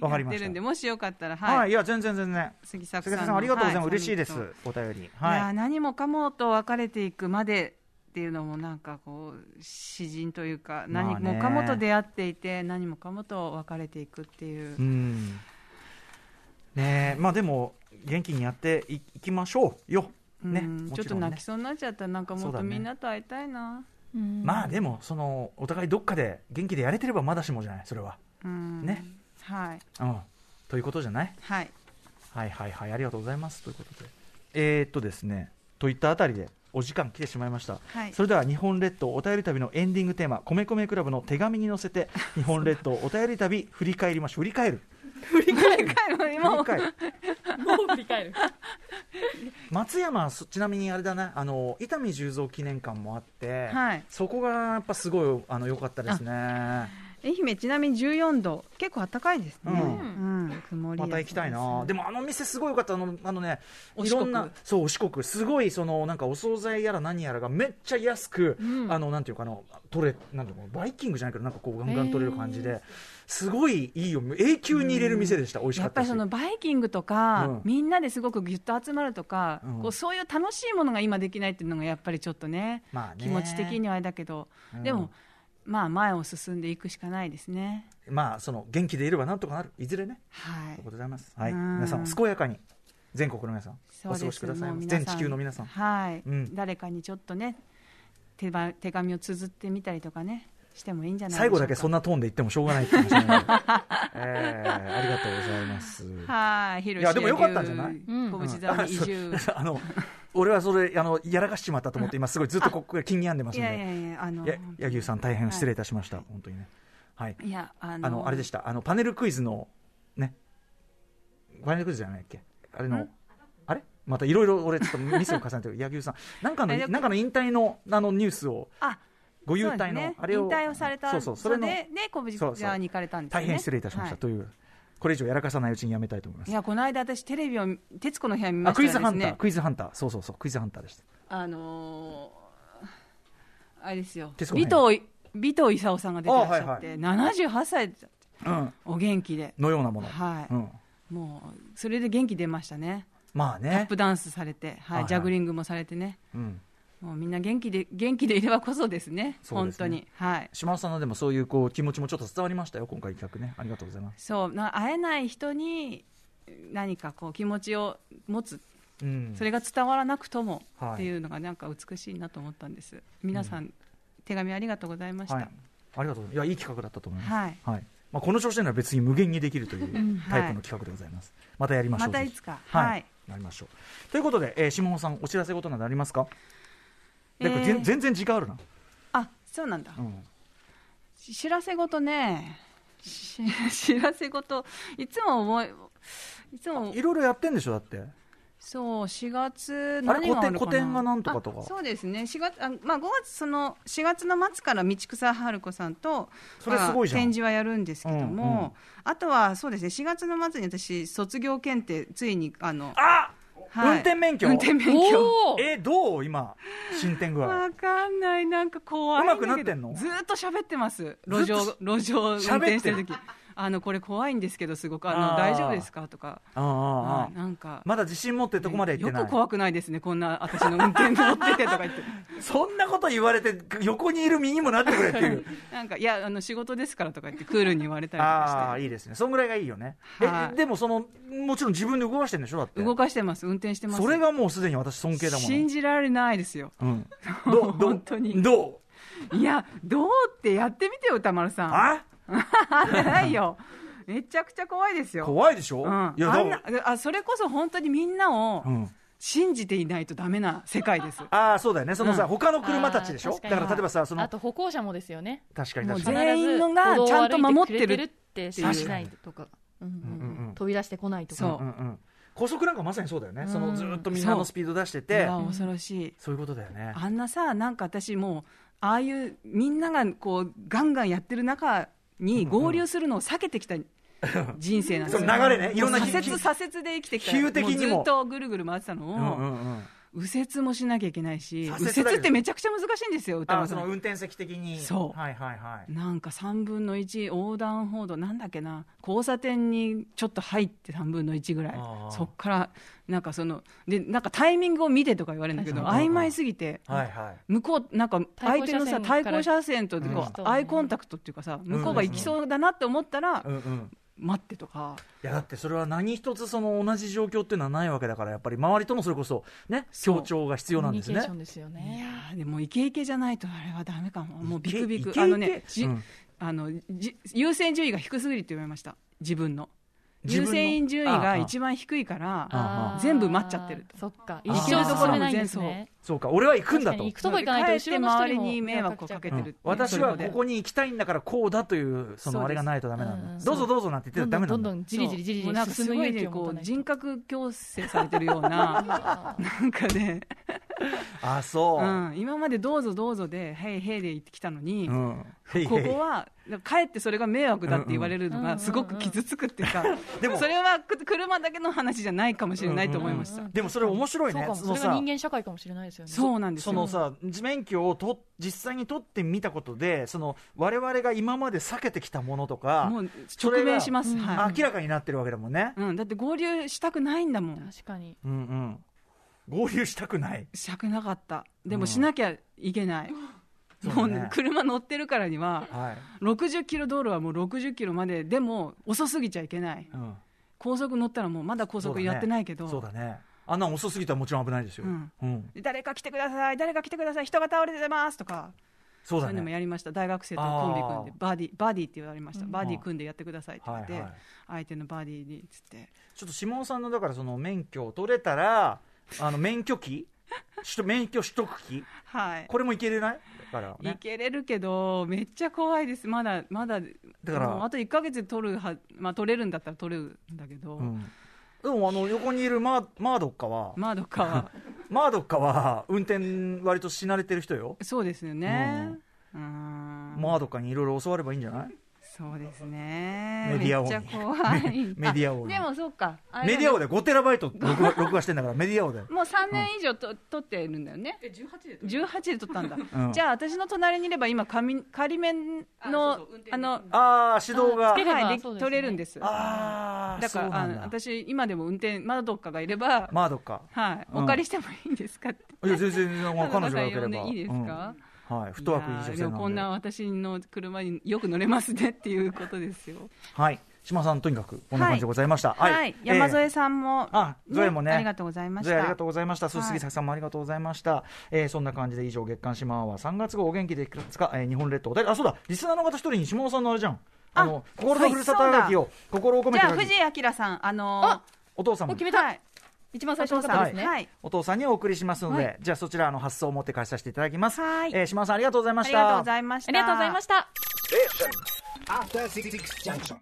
Speaker 3: わかり
Speaker 2: やっ
Speaker 3: ま
Speaker 2: て
Speaker 3: した
Speaker 2: るんでもしよかったら
Speaker 3: はい、
Speaker 2: はい、
Speaker 3: い、や全然全然
Speaker 2: 杉作
Speaker 3: 杉
Speaker 2: さ
Speaker 3: 田
Speaker 2: ん
Speaker 3: さん
Speaker 2: の
Speaker 3: ありがとうございます、
Speaker 2: は
Speaker 3: 嬉しいで
Speaker 2: サミッ
Speaker 3: すお便り
Speaker 2: トい
Speaker 3: はい
Speaker 2: や何もかもと別れていくまでっていうのもなんかこう詩人というか
Speaker 3: ま
Speaker 2: 何
Speaker 3: あね
Speaker 2: もかもと出会っていて何もかもと別れていくっていう、
Speaker 3: うんねえまあでも元気にやっていいきましょうよ、ね
Speaker 2: うん
Speaker 3: も
Speaker 2: ちょっと
Speaker 3: ろんね
Speaker 2: 泣きそうになっちゃったなんかも
Speaker 3: そう
Speaker 2: っ
Speaker 3: だ
Speaker 2: と
Speaker 3: ね
Speaker 2: みんなと会いたいな
Speaker 3: まあでもそのお互いどっかで元気でやれてればまだしもじゃないそれは、
Speaker 2: うん
Speaker 3: ね
Speaker 2: はい
Speaker 3: うん、ということじゃない
Speaker 2: はい
Speaker 3: はいはいはいありがとうございますということでえー、っとですねといったあたりでお時間来てしまいました、
Speaker 2: はい
Speaker 3: それでは日本列島お便り旅のエンディングテーマ米米クラブの手紙に載せて日本列島お便り旅振り返りましょう振り返る振り返る
Speaker 4: もう振り返る。
Speaker 3: 松山そちなみにあれだねあの伊丹十三記念館もあって、
Speaker 2: はい
Speaker 3: そこがやっぱすごいあの良かったですね
Speaker 2: 愛媛ちなみに14度結構暖かいですね、
Speaker 3: う
Speaker 2: うんん曇り
Speaker 3: また行きたいな、で
Speaker 2: も
Speaker 3: もあの店すごい良かったあのあのね
Speaker 2: お
Speaker 3: い
Speaker 2: 四
Speaker 3: ろ
Speaker 2: 国
Speaker 3: んなそうお四国すごいそのなんかお惣菜やら何やらがめっちゃ安く、
Speaker 4: ん
Speaker 3: あのなんていうかな取れなんていうのバイキングじゃないけどなんかこうガンガン取れる感じですごいいいよ永久に入れる店でした、美味し
Speaker 2: や
Speaker 3: か
Speaker 2: っぱ
Speaker 3: った
Speaker 2: り
Speaker 3: し
Speaker 2: そのバイキングとか、
Speaker 3: うん
Speaker 2: みんなですごくぎゅっと集まるとか、
Speaker 3: うん
Speaker 2: こうそういう楽しいものが今できないっていうのがやっぱりちょっとね
Speaker 3: まあね
Speaker 2: 気持ち的にはあれだけど、
Speaker 3: うん
Speaker 2: でもまあ前を進んでいくしかないですね
Speaker 3: まあその元気でいればなんとかなるいずれね
Speaker 2: はい
Speaker 3: ということでございます、はい、
Speaker 2: うん
Speaker 3: 皆さんも健やかに全国の皆さん
Speaker 2: そ
Speaker 3: お
Speaker 2: うで
Speaker 3: 過
Speaker 2: す
Speaker 3: ごしください
Speaker 2: もう
Speaker 3: ませ
Speaker 2: 皆さ
Speaker 3: 全
Speaker 2: ん
Speaker 3: 地球の皆さん
Speaker 2: はい、
Speaker 3: うん
Speaker 2: 誰かにちょっとね手ば手紙を綴ってみたりとかねしてもいいんじゃないでし
Speaker 3: 最
Speaker 2: ょう
Speaker 3: 後
Speaker 2: か
Speaker 3: だけそんなトーンで言ってもしょうがないっていう
Speaker 2: [LAUGHS]
Speaker 3: 話なので、えーありがとうございます
Speaker 2: はい、広
Speaker 3: いやでもよかったんじゃない
Speaker 4: うん
Speaker 2: 小渕沢に移住。
Speaker 3: [LAUGHS] あの俺はそれあのやらかしちまったと
Speaker 2: [LAUGHS]
Speaker 3: 思って今すごいずっとここが気に病んでます
Speaker 2: い
Speaker 3: ん
Speaker 2: やい
Speaker 3: で
Speaker 2: やいや、あの、
Speaker 3: や柳生さん大変失礼いたしました、本当にねはい
Speaker 2: いや、あの、
Speaker 3: あのあれでしたあのパネルクイズのねパネルクイズじゃないっけあれのあれまたいろいろ俺ちょっとミスを重ねてる [LAUGHS] 柳生さんなんかの
Speaker 2: あよく
Speaker 3: なんかの引退のあのニュースを
Speaker 2: あ、
Speaker 3: ご
Speaker 2: そ
Speaker 3: 優
Speaker 2: うです
Speaker 3: 退の、
Speaker 2: ね、
Speaker 3: あれを
Speaker 2: 引退をされた
Speaker 3: そ
Speaker 2: そう
Speaker 3: そうそれの
Speaker 2: で、ね、小渕沢に行かれたんですよ
Speaker 3: 大
Speaker 2: ね。
Speaker 3: 変失礼いたしました、
Speaker 2: は
Speaker 3: というこれ以上やらかさないうちにやめたいと思いま
Speaker 2: い
Speaker 3: す
Speaker 2: や、この間私テレビを、徹子の部屋見ま
Speaker 3: あ
Speaker 2: した
Speaker 3: ク
Speaker 2: ら
Speaker 3: イ
Speaker 2: です
Speaker 3: ズ
Speaker 2: ね。
Speaker 3: ハンタークイズハンターそうそうそうクイズハンターでした
Speaker 2: あのーあれですよ。
Speaker 3: 徹
Speaker 2: 尾
Speaker 3: 子の部
Speaker 2: 藤、尾藤勲さんが出てらっしゃって、
Speaker 3: あはいは
Speaker 2: 78歳だった
Speaker 3: うん
Speaker 2: お元気で。
Speaker 3: のようなもの、
Speaker 2: はい
Speaker 3: うん、
Speaker 2: もう、それで元気出ましたね。
Speaker 3: まあ
Speaker 2: タッ
Speaker 3: ね
Speaker 2: プ、ダンスされて、
Speaker 3: はい
Speaker 2: は
Speaker 3: はい
Speaker 2: い、ジャグリングもされてね。
Speaker 3: うん、
Speaker 2: もうみんな元気で元気でいればこそですね、
Speaker 3: そうで
Speaker 2: 本
Speaker 3: すね
Speaker 2: 当に、はい、
Speaker 3: 島尾さんのでもそういうこう気持ちもちょっと伝わりましたよ今回企画ねありがとうございます、
Speaker 2: そうな会えない人に何かこう気持ちを持つ、
Speaker 3: うん、
Speaker 2: それが伝わらなくとも
Speaker 3: はい
Speaker 2: っていうのがなんか美しいなと思ったんです、皆さん、手紙ありがとうございました、
Speaker 3: はい、ありがとうございますいやいい企画だったと思います、
Speaker 2: はい
Speaker 3: まあ、この調子なら別に無限にできるというタイプの企画でございます、またやりましょう
Speaker 2: また
Speaker 3: ぜひ
Speaker 2: いつか、
Speaker 3: はい、
Speaker 2: はい
Speaker 3: なりましょうということで、えー、島尾さんお知らせ事などありますか、
Speaker 2: えー
Speaker 3: なんか全全然時間あるな、
Speaker 2: あそうなんだ、
Speaker 3: うん
Speaker 2: し知らせ事ねし知らせ事いつも思いいつも
Speaker 3: いろいろやってんでしょだって
Speaker 2: そう4月
Speaker 3: あれ
Speaker 2: 何があるかな
Speaker 3: 個展個展がなんとかとか
Speaker 2: あそうですね4月あまあ5月その4月の末から道草春子さんと
Speaker 3: それすごいじゃん
Speaker 2: まあ展示はやるんですけど
Speaker 3: うんうん
Speaker 2: も、あとはそうですね4月の末に私卒業検定ついにあの
Speaker 3: あ
Speaker 2: はい
Speaker 3: 運転免許
Speaker 2: 運転免許
Speaker 4: おお。
Speaker 3: えーどう今進展具合
Speaker 2: わかんないなんか怖いだけど
Speaker 3: うまくなってんの
Speaker 2: ずーっと喋ってます路上
Speaker 3: ずっ
Speaker 2: 路上運転してる
Speaker 3: 喋
Speaker 2: 時あのこれ怖いんですけどすごくあ
Speaker 3: あー
Speaker 2: の大丈夫ですかとか
Speaker 3: ああああ
Speaker 2: はいなんか
Speaker 3: まだ自信持ってとこまで行ってない、
Speaker 2: よく怖くないですねこんな私の運転乗っててとか言って [LAUGHS]
Speaker 3: そんなこと言われて横にいる身にもなってくれっていう
Speaker 2: なんかいやあの仕事ですからとか言ってクールに言われたりと
Speaker 3: あ
Speaker 2: か
Speaker 3: あ
Speaker 2: し
Speaker 3: いいですねそんぐらいがいいよね、
Speaker 2: は
Speaker 3: え
Speaker 2: い
Speaker 3: でもそのもちろん自分で動かしてるんでしょだって
Speaker 2: て動かしてます運転してます
Speaker 3: それがもうすでに私尊敬だもん
Speaker 2: 信じられないですよ [LAUGHS]
Speaker 3: うん、どうどう
Speaker 2: 本当に
Speaker 3: どう
Speaker 2: いやどうってやってみてよ歌丸さん
Speaker 3: あ
Speaker 2: [LAUGHS] あじゃないよめちゃくちゃ怖いですよ
Speaker 3: 怖いでしょ、
Speaker 2: うん、
Speaker 3: いや
Speaker 2: あ
Speaker 3: だ
Speaker 2: んなあそれこそ本当にみんなを
Speaker 3: うん、
Speaker 2: 信じていないとダメな世界です、
Speaker 3: ああそうだよねそのさ、
Speaker 2: うん
Speaker 3: 他の車たちでしょ
Speaker 4: あー確
Speaker 3: だ
Speaker 4: かに
Speaker 3: から例えばさその
Speaker 4: あと歩行者もですよね。
Speaker 3: 確かに
Speaker 2: もう
Speaker 3: 確か
Speaker 2: 全
Speaker 3: に
Speaker 2: 然
Speaker 4: 必ず
Speaker 2: 員がちゃんと守ってる
Speaker 4: 歩道を歩いてくれって信じないとか。うんうん
Speaker 3: うんう
Speaker 4: うんん飛び出してこないと
Speaker 2: そ
Speaker 3: う
Speaker 4: か。
Speaker 3: んうん、高速なんかまさにそうだよね、
Speaker 4: うん
Speaker 3: そのずーっとみんなのスピード出してて
Speaker 2: いや恐ろしい
Speaker 3: そういうことだよね
Speaker 2: あんなさなんか私もうああいうみんながこうガンガンやってる中に合流するのを避けてきた人生なんですよ
Speaker 3: その流れねいろんな
Speaker 2: もう左
Speaker 3: ひ
Speaker 2: 折左折で生きてきた
Speaker 3: 比喩的にも
Speaker 2: うずっとぐるぐる回ってた
Speaker 3: うんう
Speaker 2: のを
Speaker 3: んうん
Speaker 2: 右折もしなきゃいけないし
Speaker 3: 左折だけ
Speaker 2: 右折ってめちゃくちゃ難しいんですよ歌
Speaker 3: あ
Speaker 2: 丸
Speaker 3: そ
Speaker 2: さ
Speaker 3: の
Speaker 2: ん
Speaker 3: 運転席的に
Speaker 2: そう
Speaker 3: はいはいはい
Speaker 2: なんか3分の1横断歩道なんだっけな交差点にちょっと入って3分の1ぐらい
Speaker 3: あー
Speaker 2: そっからなんかそのでなんかタイミングを見てとか言われるんだけど
Speaker 3: 確かに
Speaker 2: 曖昧すぎて
Speaker 3: はいはい
Speaker 2: 向こうなんか
Speaker 4: 対
Speaker 2: 相
Speaker 4: 向車
Speaker 2: 手の
Speaker 4: 線
Speaker 2: さ
Speaker 4: から
Speaker 2: 対向車線とこう
Speaker 4: うん
Speaker 2: アイコンタクトっていうかさ向こうが行きそうだなって思ったら
Speaker 3: うんうん
Speaker 2: 待ってとか
Speaker 3: いやだってそれは何一つその同じ状況っていうのはないわけだからやっぱり周りとのそれこそね
Speaker 2: そう
Speaker 3: 協調が必要
Speaker 4: コ
Speaker 3: なん
Speaker 4: ミュ
Speaker 3: で
Speaker 4: ニ
Speaker 3: す
Speaker 4: ケー
Speaker 3: ね
Speaker 4: ションですよ
Speaker 2: いや
Speaker 4: ね。
Speaker 2: ーでもイケイケじゃないとあれはダメかももうビクビ
Speaker 3: イケ
Speaker 2: ク
Speaker 3: イケ
Speaker 2: あのね
Speaker 3: う
Speaker 2: じ
Speaker 3: ん
Speaker 2: あのじ優先順位が低すぎるって言われました自分の
Speaker 3: 自
Speaker 2: 優
Speaker 3: 分の
Speaker 2: 先順位
Speaker 3: ああ
Speaker 2: が一番低いから
Speaker 3: ああ
Speaker 2: 全部待っちゃってると
Speaker 4: そっか
Speaker 3: あー
Speaker 4: 一生進めないんですね
Speaker 3: そうか俺は行くんだ
Speaker 4: 確か
Speaker 3: と
Speaker 4: に行くとこ行かないと後ろの
Speaker 2: か
Speaker 4: 人
Speaker 2: えっ
Speaker 4: に
Speaker 2: て
Speaker 4: も
Speaker 2: 周りに迷惑をかけてるっていう
Speaker 3: うん私はこ
Speaker 2: そ
Speaker 3: こに行きたいんだからこうだというそのあれがないとダメな
Speaker 4: そうで
Speaker 3: んだ
Speaker 4: す
Speaker 3: どうぞどうぞなんて言ってた
Speaker 4: どんど
Speaker 3: ら
Speaker 4: ん
Speaker 3: ダ
Speaker 4: どん
Speaker 3: メなんだ
Speaker 4: どんじりじりじりじ
Speaker 2: もう
Speaker 4: り
Speaker 2: なんか
Speaker 4: 進
Speaker 2: す
Speaker 4: む
Speaker 2: ごい
Speaker 4: 勇気
Speaker 2: ね
Speaker 4: を
Speaker 2: こ
Speaker 4: 持た
Speaker 2: う
Speaker 4: ないと
Speaker 2: 人格矯正されてるよう [LAUGHS] ななんかね、
Speaker 3: あそうう、うん
Speaker 2: ん、今までどうぞどうぞで「へいへい」で行ってきたのに、
Speaker 3: へいへい
Speaker 2: ここはかえってそれが迷惑だって言われるのがすごく傷つくっていうか、
Speaker 3: でも
Speaker 2: それはく車だけの話じゃないかもしれないと思いました、
Speaker 3: でもそれ面白いね
Speaker 4: そうかもそ
Speaker 3: の
Speaker 4: れが
Speaker 3: さ
Speaker 4: 人間社会かもしれないですよね
Speaker 2: そうなんです
Speaker 3: そ
Speaker 2: よ
Speaker 3: のさ免許をと実際に取ってみたことでその我々が今まで避けてきたものとか
Speaker 2: もう
Speaker 3: それ
Speaker 2: 直
Speaker 3: が
Speaker 2: 面します、はい
Speaker 3: 明らかになってるわけだもんね、
Speaker 2: うん、だって合流したくないんだもん
Speaker 4: 確かに
Speaker 3: うんうん、合流したくない
Speaker 2: したくなかったで
Speaker 3: う
Speaker 2: も
Speaker 3: ん
Speaker 2: しなきゃいけない、
Speaker 3: そうね
Speaker 2: もうね車乗ってるからには
Speaker 3: はい、
Speaker 2: 60キロ道路はもう60キロまででも遅すぎちゃいけない
Speaker 3: うん、
Speaker 2: 高速乗ったらもうまだ高速やってないけど
Speaker 3: そうだねそうだねあんな遅すぎたらもちろん危ないですよ、う
Speaker 2: うんん誰か来てください誰か来てください人が倒れてますとか
Speaker 3: そう
Speaker 2: そう
Speaker 3: だ
Speaker 2: いうのも
Speaker 3: ね
Speaker 2: やりました大学生とコンビ組んで
Speaker 3: あー
Speaker 2: バディバディって言われました、バディ
Speaker 3: うん
Speaker 2: 組んでやってくださいって言って、
Speaker 3: はいはい
Speaker 2: 相手のバディにっつって
Speaker 3: ちょっと下尾さんのだからその免許を取れたらあの免許 [LAUGHS] 機取得免許取得機
Speaker 2: はい
Speaker 3: これもいけれないだから
Speaker 2: い
Speaker 3: ね
Speaker 2: けれるけど、めっちゃ怖いです、まだ、まだ、だ
Speaker 3: から
Speaker 2: あと1か月で取るは、まあ、取れるんだったら取れるんだけど、
Speaker 3: うん、でもあの横にいるマーマードッカは
Speaker 2: まあ、どっか
Speaker 3: [LAUGHS]
Speaker 2: は、
Speaker 3: マードッカは運転割とし慣れてる人よ
Speaker 2: そうですよね、うーん、
Speaker 3: マードッカにいろいろ教わればいいんじゃない
Speaker 2: そうですね、
Speaker 3: メディア王に
Speaker 2: めっちゃ怖い
Speaker 3: [LAUGHS] 、メディア王に
Speaker 2: あでもそうか、あれ
Speaker 3: メディア王で5テラバイト録画録画してんだからメディア王で
Speaker 2: もう3年以上と、取ってるんだよね、18で取ったんだ、
Speaker 3: ん
Speaker 2: じゃあ、私の隣にいれば、今、仮仮免の、あの、
Speaker 3: ああ指導が
Speaker 4: つければ
Speaker 2: はいで
Speaker 4: そうですね
Speaker 2: 取れるんです。
Speaker 3: ああ
Speaker 2: だから
Speaker 3: そうな
Speaker 2: あ
Speaker 3: ん
Speaker 2: の
Speaker 3: だ
Speaker 2: 私、今でも運転、まだどっかがいれば、
Speaker 3: マードッカ
Speaker 2: はい、
Speaker 3: うん
Speaker 2: お借りしてもいいんですかって。
Speaker 3: いや全然全然彼女がよけれ
Speaker 2: 田中さん呼ん
Speaker 3: ば
Speaker 2: でいいですか、
Speaker 3: うんはいフットワークいい
Speaker 2: やーで
Speaker 3: 女性なん
Speaker 2: も
Speaker 3: で
Speaker 2: こんな私の車によく乗れますねっていうことですよ。
Speaker 3: はい島さんとにかくこんな感じでございました
Speaker 2: はい、山添
Speaker 3: さ
Speaker 2: さんも、
Speaker 3: あゾエもね
Speaker 2: ありがとうございまし
Speaker 3: ありが
Speaker 2: た
Speaker 3: とう。ございました。そして
Speaker 2: は
Speaker 3: 杉
Speaker 2: い
Speaker 3: 崎さんもありがとうございました。えーそんな感じで以上、月刊シマアワー3月号お元気ですか、えー日本列島お便りあ、そうだ、リスナーの方一人に島尾さんのあれじゃん。あの、心のふるさとあがきを、心を込め
Speaker 2: じ
Speaker 3: て
Speaker 2: ゃあ
Speaker 3: はがき
Speaker 2: 藤井明さん、あの
Speaker 3: お父さんも
Speaker 4: お決め
Speaker 2: ー、
Speaker 4: た、
Speaker 2: はい、
Speaker 4: 一番最初の方ですね、
Speaker 2: はい、
Speaker 3: お父さんにお送りしますので、じゃあそちらあの発送を持って返させていただきます。
Speaker 2: はい
Speaker 3: えー島尾さんありがとうございま
Speaker 2: あ
Speaker 3: し
Speaker 2: り
Speaker 3: た。
Speaker 2: がとうございまし
Speaker 4: あ
Speaker 2: た。
Speaker 4: りがとうございました
Speaker 9: Station. After Six Junction.